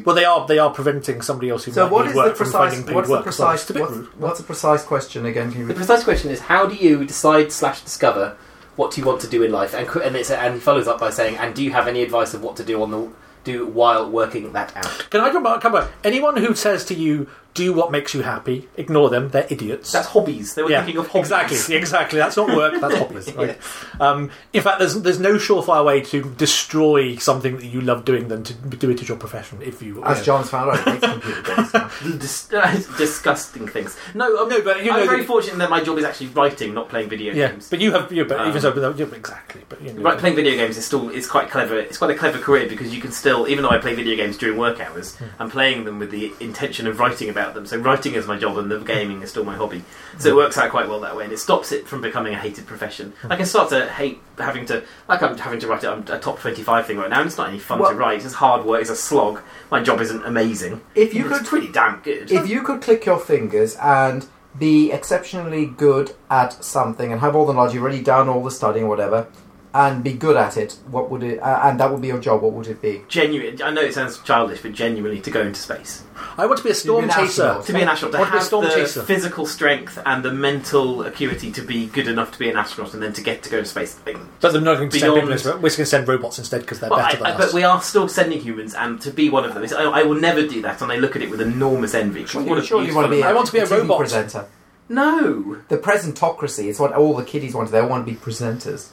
well, they are they are preventing somebody else who
So
might
what
need
is
work
the
from
precise?
finding paid
What's the
work. So
precise?
it's a bit rude.
What's, what's the precise question again? Can you
The precise question is: How do you decide slash discover what you want to do in life? And qu- and it's and follows up by saying, and do you have any advice of what to do on the do while working that out?
Can I come back? Come back. Anyone who says to you, "Do what makes you happy," ignore them. They're idiots.
That's hobbies. They were
yeah,
thinking of hobbies.
exactly, exactly. That's not work. That's hobbies. Right? Um, in fact, there's there's no surefire way to destroy something that you love doing than to do it as your profession. If you,
As
yeah.
John's found out, he hates computer games. now.
Dis- disgusting things. No, I'm,
No, but you
I'm
know
very
that-
fortunate that my job is actually writing, not playing video
yeah,
games.
but you have, yeah, but
Um,
even so, but, yeah, exactly. But you know,
Right, playing video games is still is quite clever. It's quite a clever career because you can still, even though I play video games during work hours,
Hmm.
I'm playing them with the intention of writing about them. So writing is my job, and
Hmm.
the gaming is still my hobby. So it works out quite well that way, and it stops it from becoming a hated profession.
Hmm.
I can start to hate having to, like I'm having to write a, a top twenty-five thing right now. and It's not any fun
Well-
to write. It's hard work. It's a slog. My job isn't amazing.
If you
it's
could,
pretty damn good.
if you could click your fingers and be exceptionally good at something and have all the knowledge, you've already done all the studying, or whatever, and be good at it, what would it? Uh, and that would be your job. What would it be?
genuine, I know it sounds childish, but genuinely to go into space.
I want to be a storm
an
chaser.
astronaut.
to be an astronaut,
I
to
want to be
have
a storm
the
chaser.
physical strength and the mental acuity to be good enough to be an astronaut, and then to get to go to space. I think-
But they're not going to send people.
Beyond-
into space. We're going to send robots instead because they're
Well, I-
better than
I-
us.
but we are still sending humans, and to be one of them, is, I, I will never do that. And I look at it with enormous envy.
Surely,
What a
surely you
beautiful
want to be.
man.
I want to be a
TV
robot.
presenter.
No,
The presentocracy is what all the kiddies want. They all want to be presenters.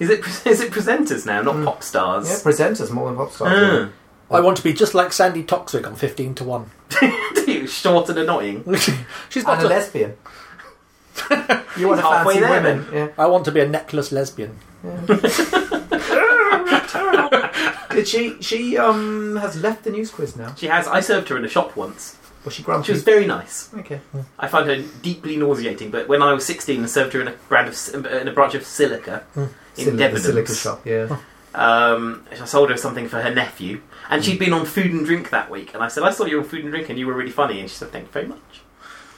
is it is it presenters now, not
Mm.
pop
Yeah,
stars?
presenters more than pop stars.
Hmm.
Mm.
I want to be just like Sandy Toxic on fifteen to one.
Short and annoying.
She's
And
not.
a
A,
lesbian. you want to
Halfway
fancy
there,
women? Yeah.
I want to be a necklace lesbian.
Did she? She um has left the news quiz now.
She has. I served her in a shop once.
Was she grumpy?
She was very nice.
okay.
I found her deeply nauseating. But when I was 16 and served her in a, brand of, in a branch of silica in
Hmm. Silica-
Debenhams,
silica shop. Yeah.
Um, I sold her something for her nephew, and
Hmm.
she'd been on food and drink that week. And I said, "I saw you on food and drink, and you were really funny." And she said, "Thank you very much."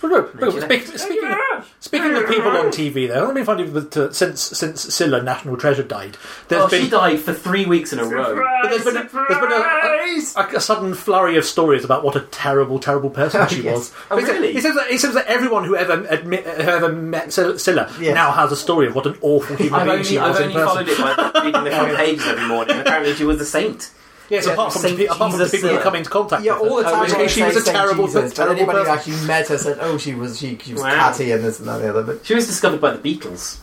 Look, look,
Thank
speak-
you.
Speaking speaking of people on TV, though, let me find you with to, since since Scylla National Treasure died. There's
Well, Oh, she
been,
died for three weeks in a row.
Oh, but there's been, a, there's been a, a, a sudden flurry of stories about what a terrible, terrible person she
Yes.
was.
Oh,
But it-
really?
It seems that it seems that everyone who ever admit, who ever met Scylla Scylla
Yes.
now has a story of what an awful human
I've
being she
only,
was
I've
in
only
person.
followed it by reading the front pages every morning. Apparently, she was a saint.
Yes,
Yeah,
apart from
Saint
the, apart from the
Jesus
people who
Scylla.
come into contact.
Yeah,
with
all the
her.
time.
Which means Oh, she was a terrible,
Jesus, but
terrible
anybody who
person.
actually met her said, "Oh, she was she, she was
Wow.
catty and this and that and the other." But
She was discovered by the Beatles.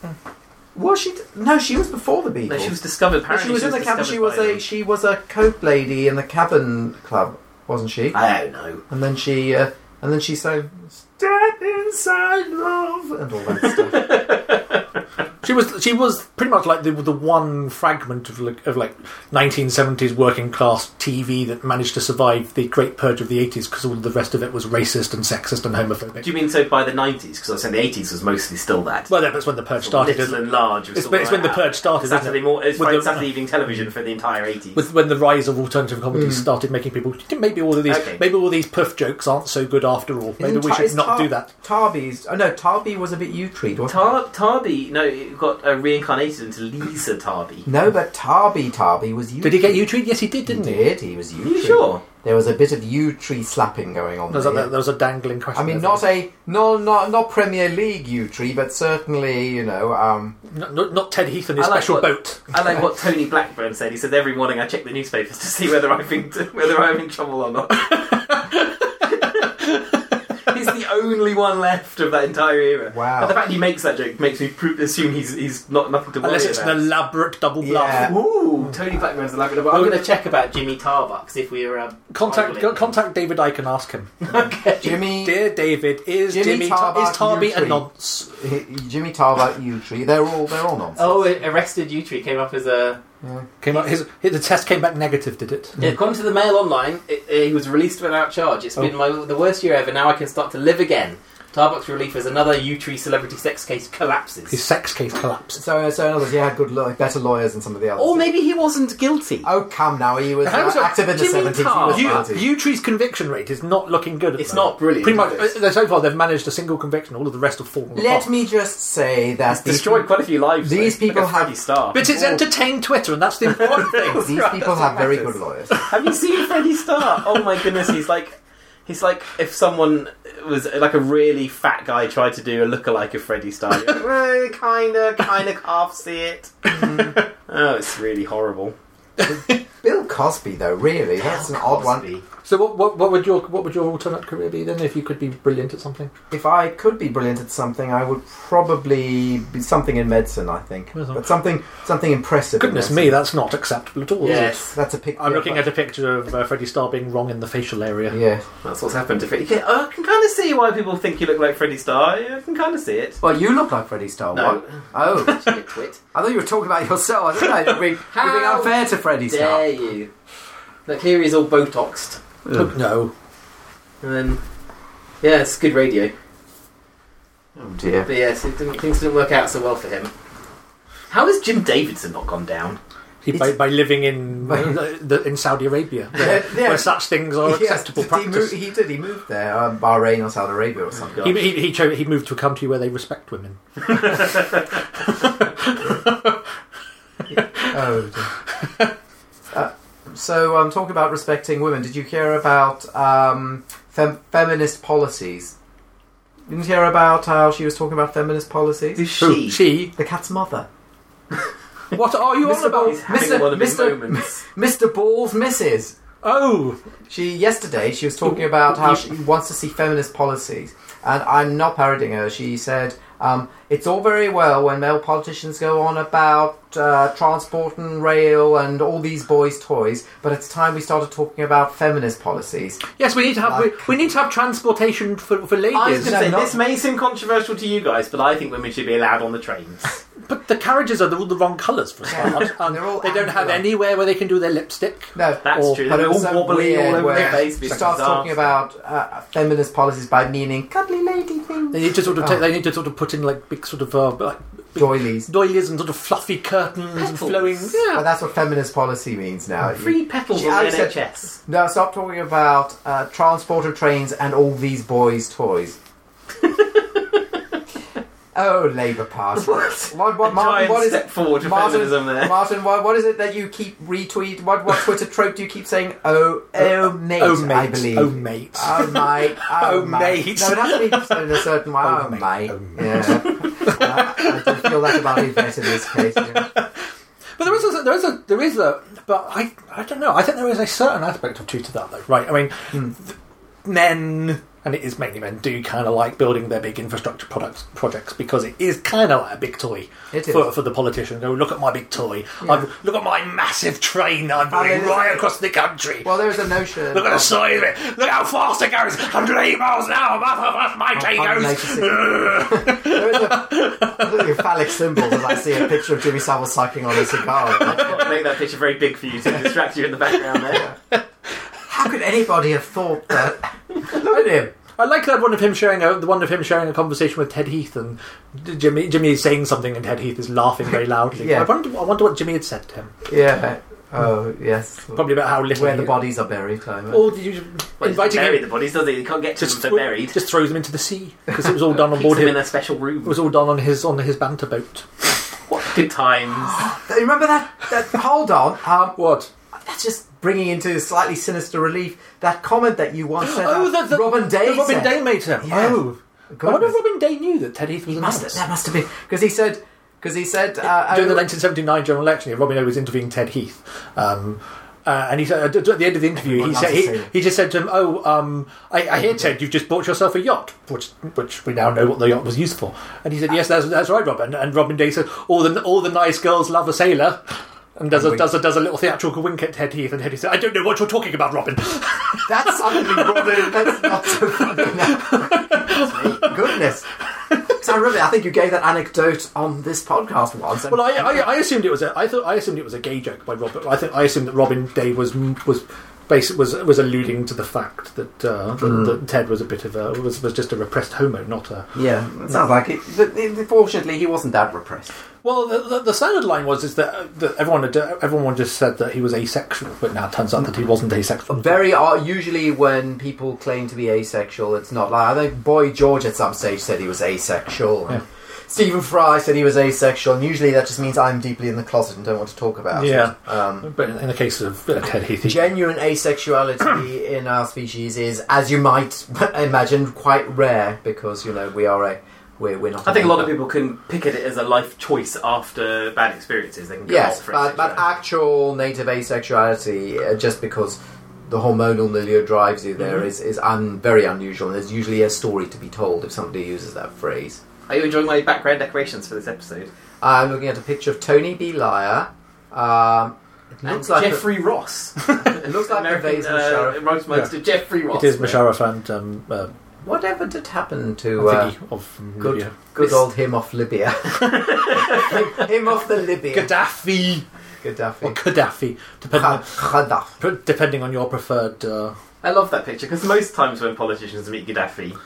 was she? No, she was before the Beatles.
No, she was discovered.
No,
Apparently,
she was in the cabin. She was
discovered
a
by
she was a coat lady in the cabin club, wasn't she?
Ah.
them. I don't know.
And then she uh, and then she sang "Step Inside Love" and all that stuff.
She was she was pretty much like the the one fragment of like, of like 1970s working class TV that managed to survive the Great Purge of the 80s because all the rest of it was racist and sexist and homophobic.
Do you mean so by the nineties? Because I was saying the eighties was mostly still that.
well, yeah, that's when the purge started.
Little
Isn't it?
and large. Was
It's,
sort of
it's when the
like
purge started. Isn't
Saturday
it?
morning. It's
With
Friday-
the-
Saturday evening television for the entire eighties.
With when the rise of alternative comedy started making people maybe all of these
Okay.
maybe all these puff jokes aren't so good after all. Maybe
Isn't
we
Tar-
should
is
not
Tar-
do that.
Tarby's. Oh no, Tarby was a bit Uhtred, wasn't it?
Tar- Tarby, no, it got uh, reincarnated into Lisa Tarby.
No, but Tarby Tarby was Uhtred.
Did he get you treated? Yes, he did,
He
didn't he?
did. He was
Are you
Uhtred.
sure?
There was a bit of yew tree slapping going on.
There was, a,
there.
there was a dangling question.
I mean,
there.
not a no, not not Premier League yew tree, but certainly you know. Um,
Not- not, not Ted Heath and his
I like
special
what-
boat.
I like what Tony Blackburn said. He said every morning I check the newspapers to see whether I've been whether I'm in trouble or not. he's the only one left of that entire era.
Wow.
And the fact he makes that joke makes me pr- assume he's he's not nothing to worry
Unless it's an
about.
elaborate double bluff.
Yeah.
Ooh, Tony Blackburn's the Labrador. I'm going to check about Jimmy Tarbuck 'cause if we were um,
Contact
idling.
contact David Ike and ask him.
okay.
Jimmy,
Dear David, is
Mm. Jimmy
Jimmy, Tar-
Tarbuck
is Tarby
neutral?
a nonce?
Jimmy Tarbuck, U Tree, they're all they're all nonsense.
Oh, it arrested U Tree came up as a.
Yeah.
Came out, his, his, the test came back negative, did it?
Yeah, according to the Mail Online, it- he was released without charge.
Oh.
It's been my, the worst year ever. Now I can start to live again. Tarbuck's relief as another U Tree celebrity sex case
His
collapses.
sex case collapsed.
So uh, so in other words, he had good law- better lawyers than some of the others.
Or maybe he wasn't guilty.
oh come now, he was
How
uh,
was it-
active in the
Jimmy
seventies.
Tarbuck.
He
U,
was party.
U-Tree's conviction rate is Oh, not looking good. At
It's
the
not
moment.
brilliant.
Pretty much,
is it?
uh, so far they've managed a single conviction. All of the rest have fallen
Let
apart.
me just say that these
Destroyed quite a few lives.
These
though. Like
people
a Freddy
have-
Star.
But it's entertained Twitter, and that's the important thing.
These people have very good lawyers.
Have you seen Freddie Starr? Oh my goodness, he's like, he's like if someone was like a really fat guy tried to do a lookalike of Freddie Starr. kind of, kind of half see it.
Mm-hmm.
oh, it's really horrible.
Bill Cosby, though, really, that's an odd one.
So, what, what, what would your what would your alternate career be then if you could be brilliant at something?
If I could be brilliant at something, I would probably be something in medicine. I think,
Well,
but something something impressive. in
Goodness
medicine.
me, that's not acceptable at all. is it?
Yes,
that's a picture.
I'm looking at a picture of uh, Freddie Starr being wrong in the facial area.
yeah.
that's what's happened to Freddie. Yeah, I can kind of see why people think you look like Freddie Starr. Yeah, I can kind of see it.
Well, you look like Freddie Starr.
No.
What? Oh,
You twit.
I thought you were talking about yourself. I don't know. You're being, you're being
How
unfair to Freddie Starr.
Dare you? Look, here he's all botoxed,
Ugh.
No,
and then yeah, it's good radio.
Oh dear.
But yes, it didn't, things didn't work out so well for him. How has Jim Davidson not gone down?
he, by, by living in uh, the, in Saudi Arabia, where,
Yeah, yeah.
where such things are
Yes,
acceptable
did he, move,
practice.
he did. He moved there, um, Bahrain or Saudi Arabia or something.
He, he, he, chose, he moved to a country where they respect women.
Oh. dear. Uh, so, um, talking about respecting women, did you hear about um, fem- feminist policies? Didn't you hear about how she was talking about feminist policies?
Who's she?
Who? She?
The cat's mother.
What are you on
Mr.
about?
Bowles.
He's having
Mr.
one of his
Mr.
moments.
Mr. Ball's missus.
Oh,
She yesterday she was talking about how she wants to see feminist policies, and I'm not parroting her. She said um, it's all very well when male politicians go on about uh, transport and rail and all these boys' toys, but it's time we started talking about feminist policies.
yes, we need to have we, we need to have transportation for, for
I was
ladies.
going to
No,
say,
not-
this may seem controversial to you guys, but I think women should be allowed on the trains.
But the carriages are all the wrong colours for a start, and
They're all
they don't have
angular.
anywhere where they can do their lipstick.
No,
That's
Or-
true.
but
They're
it
all
was so
wobbly all
weird
over
where
their face.
She
because
starts
it's
talking
arse.
about uh, feminist policies by meaning cuddly lady things,
They need to sort of
Oh.
take, they need to sort of put in like big sort of uh, like
doilies.
doilies and sort of fluffy curtains and
Petals.
flowing.
But
Yeah.
that's what feminist policy means now.
free petals
She-
on
I
the
said-
NHS.
No, stop talking about uh, transporter trains and all these boys' toys. oh, Labour Party. What? What,
A
Martin,
giant
what is
step
it?
forward to
Martin,
feminism there.
Martin what, what is it that you keep retweet? What, what Twitter trope do you keep saying? Oh, oh, mate,
oh mate,
I believe.
oh mate.
Oh mate, oh,
Oh,
mate.
mate.
No, it has to be said in a certain way.
Oh,
Oh,
mate.
mate.
Oh, mate.
Yeah. I, I do feel that about Yvette in this case. yeah.
But there is a, there is a, there is a, but I, I don't know. I think there is a certain aspect of truth to that, though, right? I mean,
Hmm.
th- men, and it is mainly men, do kind of like building their big infrastructure products projects because it is kind of like a big toy
It is.
for, for the politician. Go look at my big toy. I've, look at my massive train I'm
there
going
is-
right across the country.
Well, there's a notion.
Look at the
of-
size of it! Look how fast it goes! 108 miles an hour! My, my, my train goes!
196. There is a look at phallic symbols as I see a picture of Jimmy Savile sucking on a cigar.
I'll make that picture very big for you to distract you in the background there.
How could anybody have thought that? Look at him.
I like that one of him sharing a, the one of him sharing a conversation with Ted Heath and Jimmy. Jimmy is saying something and Ted Heath is laughing very loudly.
Yeah.
I wonder, I wonder what Jimmy had said to him.
Yeah. Oh yes.
Probably about how little
Where the
he-
bodies are buried. I imagine.
Or the usual-
Well, he doesn't
inviting
bury
him
the bodies, does he? He can't get to them,
just,
they're buried.
just throws him into the sea because it was all done on
Keeps
board
them
him.
in
It
a special room.
was all done on his on his banter boat.
What good times.
Remember that? that hold on. Um,
What?
that's just bringing into slightly sinister relief that comment that you once said.
Oh,
that
the, the,
Robin Day.
the Robin
said.
Day made him.
Yeah.
Oh, I wonder if
Goodness.
Robin Day knew that Ted Heath was a
Must have,
nonce.
that must have been because he said because he said uh,
during the
oh,
1979 general election, yeah, Robin O was interviewing Ted Heath, um, uh, and he said at the end of the interview, he
Everyone
said
loves to
he,
see it.
he just said to him, "Oh, um, I, I hear Ted, you've just bought yourself a yacht, which which we now know what the yacht was used for." And he said, "Yes, that's, that's right, Robin." And Robin Day said, "All the all the nice girls love a sailor." And does a,
wink.
does, a, does a little theatrical wink at Ted Heath, and Ted Heath said, I don't know what you're talking about, Robin.
that's suddenly Robin. That's not so funny now. Goodness. So remember. I think you gave that anecdote on this podcast once.
Well, I, I, I assumed it was a I thought I assumed it was a gay joke by Robert. I think I assumed that Robin Day was was basic was was alluding to the fact that uh, that,
Hmm.
that Ted was a bit of a was, was just a repressed homo, not a.
Yeah.
sounds like it. But it- fortunately, he wasn't that repressed.
Well, the, the, the standard line was is that, uh, that everyone had, everyone just said that he was asexual, but now it turns out that he wasn't asexual.
Very uh, usually when people claim to be asexual, it's not like I think Boy George at some stage said he was asexual. and
Yeah.
Stephen Fry said he was asexual, and usually that just means I'm deeply in the closet and don't want to talk about
Yeah.
it. Um,
But in the case of uh, Ted Heath, he-
genuine asexuality in our species is, as you might imagine, quite rare because you know we are a we're, we're not.
I think a lot of people can pick at it as a life choice after bad experiences. They can go
Yes,
opt for it,
but, but
etc.
actual native asexuality, uh, just because the hormonal milieu drives you
Mm-hmm.
there, is is un, very unusual. And there's usually a story to be told if somebody uses that phrase.
Are you enjoying my background decorations for this episode?
I'm looking at a picture of Tony B. Liar. Um, it
And
looks like a,
Jeffrey Ross.
it looks like a
American
vase Musharraf.
uh, Rose Monster, Jeffrey Ross.
it is Musharraf and um, uh,
Whatever did happen
I
to
think
uh,
he- of
good
Libya.
good old him off Libya? him off the Libya.
Gaddafi or
Gaddafi.
Gaddafi, depending on,
Gaddafi.
depending on your preferred. Uh,
I love that picture because most times when politicians meet Gaddafi,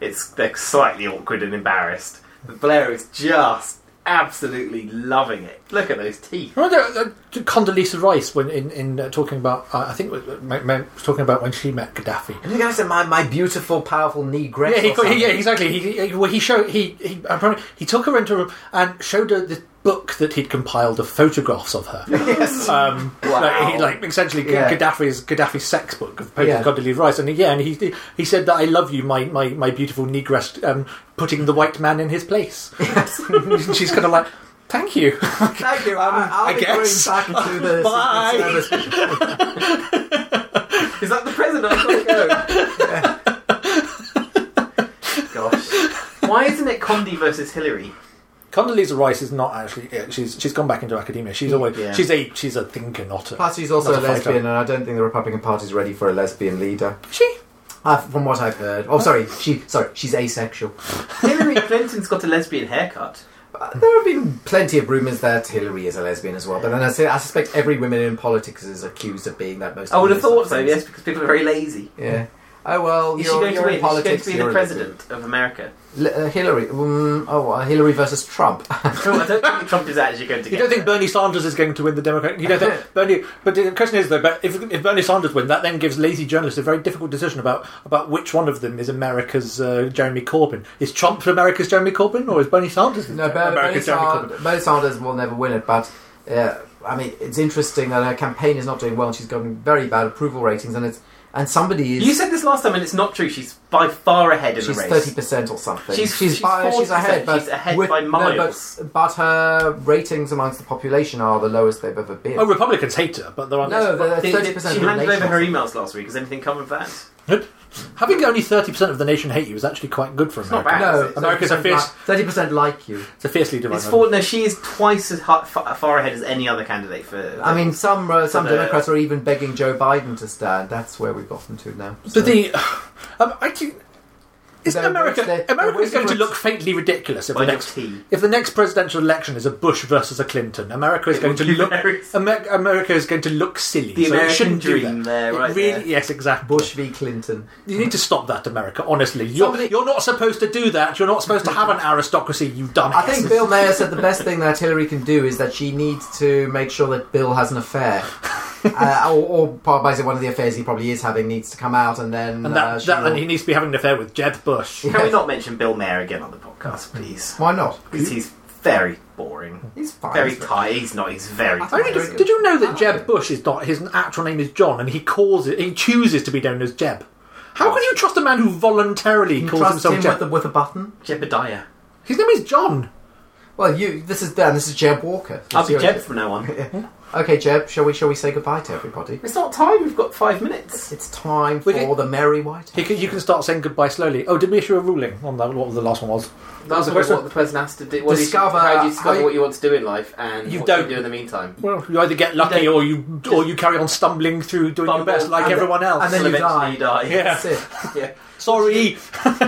it's they're slightly awkward and embarrassed. But Blair is just absolutely loving it. Look at those teeth.
remember uh, Condoleezza Rice when in in uh, talking about uh, I think it was, uh, ma- ma- was talking about when she met Gaddafi.
And the guy said, "My my beautiful, powerful negress."
Yeah, he,
or something.
yeah, exactly. He, he, well, he showed he he, apparently he took her into a room and showed her this book that he'd compiled of photographs of her. Yes, um,
Wow.
like, he, like essentially G-
Yeah.
Gaddafi's Gaddafi's sex book of photos
Yeah.
of Condoleezza Rice, and yeah, and he he said that I love you, my my, my beautiful negress, um, putting the white man in his place. And she's kind of like, thank you.
Thank you. I'm, I'll
I
be
guess.
going back to the
Bye.
Secret Service.
Is that the president? I've got to go. Gosh. Why isn't it Condi versus Hillary?
Condoleezza Rice is not actually it. she's she's gone back into academia. She's always
Yeah.
she's a she's a thinker, not a
Plus, she's also a
Not a fighter.
lesbian, and I don't think the Republican Party's ready for a lesbian leader,
she.
uh, from what I've heard. Oh, sorry, she sorry, she's asexual.
Hillary Clinton's got a lesbian haircut.
Uh, there have been plenty of rumours that Hillary is a lesbian as well, but then I, say, I suspect every woman in politics is accused of being that most.
I would have
of the
thought so,
things.
yes, because people are very lazy.
Yeah. Oh well,
Is she
you're,
going to
you're in
win? Is she going
politics.
to be
you're a
the president of America?
lesbian. Le- uh, Hillary. Mm, oh, uh, Hillary versus Trump.
No, I don't think Trump is actually going
You
to get
don't think
there.
Bernie Sanders is going to win the Democratic? You don't think Bernie? But the question is though, but if, if Bernie Sanders wins, that then gives lazy journalists a very difficult decision about about which one of them is America's uh, Jeremy Corbyn. Is Trump America's Jeremy Corbyn, or is Bernie Sanders
No, Ber- Bernie, Sand- Bernie Sanders will never win it, but uh, I mean, it's interesting that her campaign is not doing well, and she's got very bad approval ratings, and it's and somebody is
You said this last time, and it's not true. She's by far ahead in
she's
the race.
thirty percent or something.
She's- she's
by-
40%,
but
she's ahead
with-
by
no,
miles.
but, but her ratings amongst the population are the lowest they've ever been.
Oh, Republicans hate her, but there aren't.
no, they're
Did-
thirty
did-
percent.
She handed over her emails last week. Has anything come of that?
Having only thirty percent of the nation hate you is actually quite good for
not
America.
bad.
No,
America's a fierce-
Thirty percent like you.
It's a fiercely divided.
It's four, no, she is twice as ha- fa- far ahead as any other candidate for.
I mean, some uh, some
But, uh,
Democrats are even begging Joe Biden to stand. That's where we've gotten to now. So-
But the, um, I think, isn't
They're
America?
waiting- they're
America is
waiting
going to
for-
look faintly ridiculous if
by
the
your
next
tea.
if the next presidential election is a Bush versus a Clinton. America is
It
going
would
to
be
look
hilarious.
Amer- America is going to look silly.
The
so it
American
shouldn't do
dream
that.
there,
It
right
really,
there.
yes, exactly.
Bush v. Clinton.
You need to stop that, America. Honestly, you're
Somebody-
you're not supposed to do that. You're not supposed to have an aristocracy. You dumbass.
I think Bill Mayer said the best thing that Hillary can do is that she needs to make sure that Bill has an affair. uh, or, or part by one of the affairs he probably is having needs to come out, and then
and
uh,
that,
she
that
will-
then he needs to be having an affair with Jeb Bush.
Can we not mention Bill Mayer again on the podcast, please?
why not?
Because he's very boring.
He's fine.
Very
He's fine.
tired. He's not. He's very
I
Only
tired.
think-
did, did you know that Jeb Bush is not his actual name is John, and he calls it he chooses to be known as Jeb. How can you trust a man who voluntarily
You
calls
trust
himself
him
Jeb?
with, a, with a button.
Jebediah.
His name is John.
Well, you. This is Dan. This is Jeb Walker.
I'll be
It's your-
Jeb from now on.
Okay, Jeb. Shall we? Shall we say goodbye to everybody?
It's not time. We've got five minutes.
It's time
We
for
can-
the merry white.
You can, you can start saying goodbye slowly. Oh, did we issue a ruling on that? What the last one was?
That was
the question.
What the person has to do. What
Discover
You, how do
how
you discover
you-
what you want to do in life and
You
what
don't.
you do in the meantime.
Well, you either get lucky
You
or you or you carry on stumbling through doing your
Bumble
best like
and-
everyone else.
and then
Till
you
eventually
die.
you
Yeah.
That's it.
Sorry,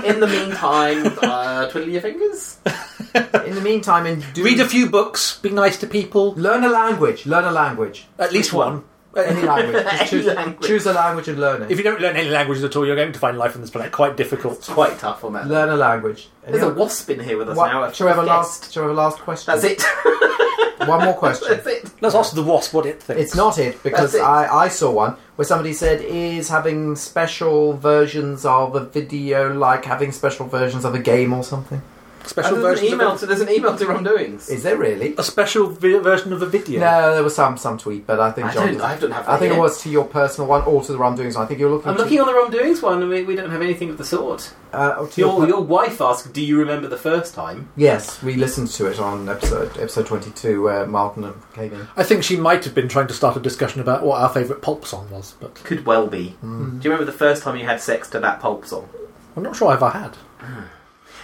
in the meantime, uh, twiddle your fingers.
In the meantime, and do
read a few books, be nice to people,
learn a language. Learn a language.
at least one. Uh,
Any language. Just
Any
choose,
language.
choose a language and learn it.
If you don't learn any languages at all, you're going to find life on this planet quite difficult.
It's quite tough on that.
learn a language.
There's a
Anyone-
wasp in here with us
What-
now. I've
shall we have a
guessed.
last? Shall we have a last question?
That's it.
One more question.
That's it.
Let's ask the wasp what it thinks.
It's not it because
That's it.
I, I saw one where somebody said is having special versions of a video like having special versions of a game or something.
special
And there's an
version.
email
Of
to there's an email to wrongdoings.
Is there really?
a, a special vi- version of a video.
No, there was some some tweet, but I think
I
John.
don't. I don't have. That
I think
yet.
it was to your personal one or to the wrongdoings. one. I think you're looking.
I'm
to,
looking on the wrongdoings one, and we, we don't have anything of the sort.
Uh, or to your,
Your your wife asked, "Do you remember the first time?"
Yes, we listened to it on episode episode 22 where Martin came in.
I think she might have been trying to start a discussion about what our favourite pulp song was, but
Could well be.
Hmm.
Do you remember the first time you had sex to that pulp song?
I'm not sure I've ever had.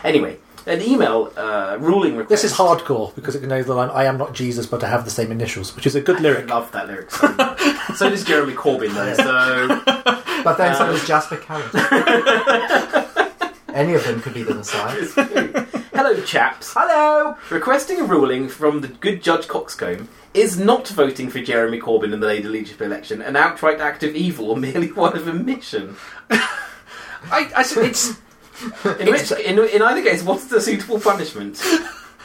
Anyway, an email uh, ruling request.
This is hardcore because it contains the line "I am not Jesus, but I have the same initials," which is a good
I
lyric.
love that lyric. So, much. so does Jeremy Corbyn though. So
But then so
Um.
does Jasper Callan. Any of them could be the Messiah.
it's cute. hello, chaps.
Hello.
Requesting a ruling from the good Judge Coxcomb is not voting for Jeremy Corbyn in the Labour leadership election an outright act of evil or merely one of omission.
I, I, it's
In, which, in, in either case, what's the suitable punishment?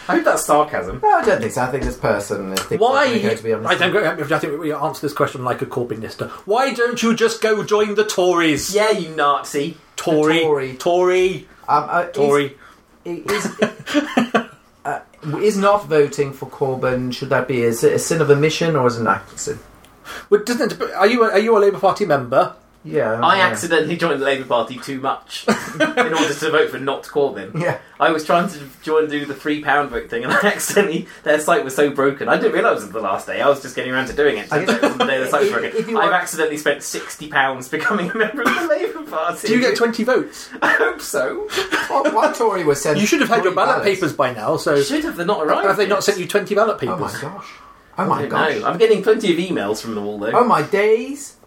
I hope that's sarcasm.
No, I don't think so. I think this person. Thinks
why.
they're Going to be on
I think I think we answer this question like a Corbynista. Why don't you just go join the Tories?
Yeah, you Nazi.
Tory,
The Tory.
Tory, Tory,
Um, uh, is- Is, uh, is not voting for Corbyn, should that be a, si- a sin of omission or is it an act of sin?
Well, doesn't it- are you a, are you a Labour Party member?
Yeah.
I
Oh, yeah.
accidentally joined the Labour Party too much in order to vote for not Corbyn.
Yeah.
I was trying to join do the three pound vote thing, and I accidentally their site was so broken. I didn't realise it was the last day. I was just getting around to doing it.
I guess-
It was the day the site was
if-
broken.
if you
I've
want-
accidentally spent sixty pounds becoming a member of the Labour Party.
Do you get twenty votes?
I hope so.
Well, one Tory was sent.
You should have had your
three
ballot
ballots.
papers by now. So
Should have they not arrived?
have they not
yet?
sent you twenty ballot papers?
Oh my gosh. Oh my
I don't
gosh.
know. I'm getting plenty of emails from them all though.
Oh my days.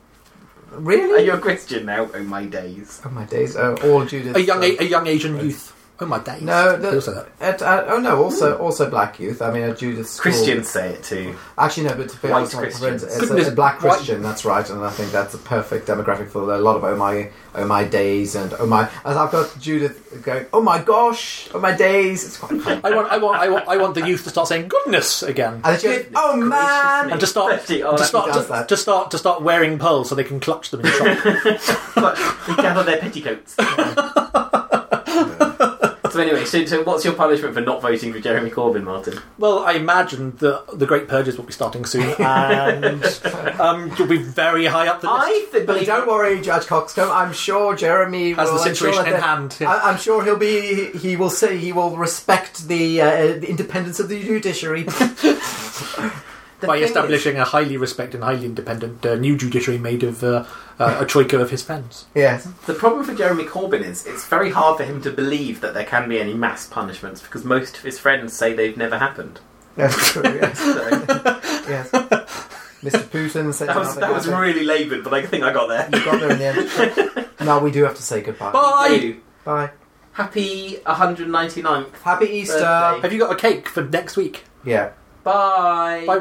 Are
Really?
you a Christian now? Oh my days.
oh my days. Oh, all Judas.
a young a, a young Asian youth. Oh my days!
uh, No, the-
They all say that. Hmm.
At, uh, oh no! Also, also black youth. I mean, a Judas school.
Christians say it too.
Actually, no, but to be
White
honest, I'm
Christians.
friends- it's a,
Goodness,
a black
white-
Christian. That's right, and I think that's a perfect demographic for a lot of oh my, oh my days, and oh my. As I've got Judith going, oh my gosh, oh my days. It's quite fun.
I want, I want, I want, I want the youth to start saying "goodness" again,
And then she goes, oh
Goodness
man,
gracious
and to start,
Actually, oh,
to
that-
start,
he does
to,
that.
to start, to start wearing pearls so they can clutch them in shop.
But they gather their petticoats. so anyway, so, so what's your punishment for not voting for Jeremy Corbyn, Martin?
well, I imagine that the Great Purges will be starting soon, and um, you'll be very high up the list.
I th-
But
believe.
don't worry, Judge Coxcomb. I'm sure Jeremy
Has
will,
the
I'm sure
situation in
that-
hand, yeah.
I, am sure he'll be. He will say he will respect the, uh, the independence of the judiciary. The
by
thing is-
establishing a highly respected and highly independent uh, new judiciary made of uh, uh, a troika of his friends.
yes,
The problem for Jeremy Corbyn is it's very hard for him to believe that there can be any mass punishments because most of his friends say they've never happened.
that's true. Yes,
So,
yes. Mr. Putin says
that was,
another
that was
guy.
really laboured, but I think I got there.
You got there in the end. now we do have to say goodbye.
Bye.
You.
Bye.
Happy 199th.
Happy Easter.
Birthday.
Have you got a cake for next week?
Yeah.
Bye.
Bye.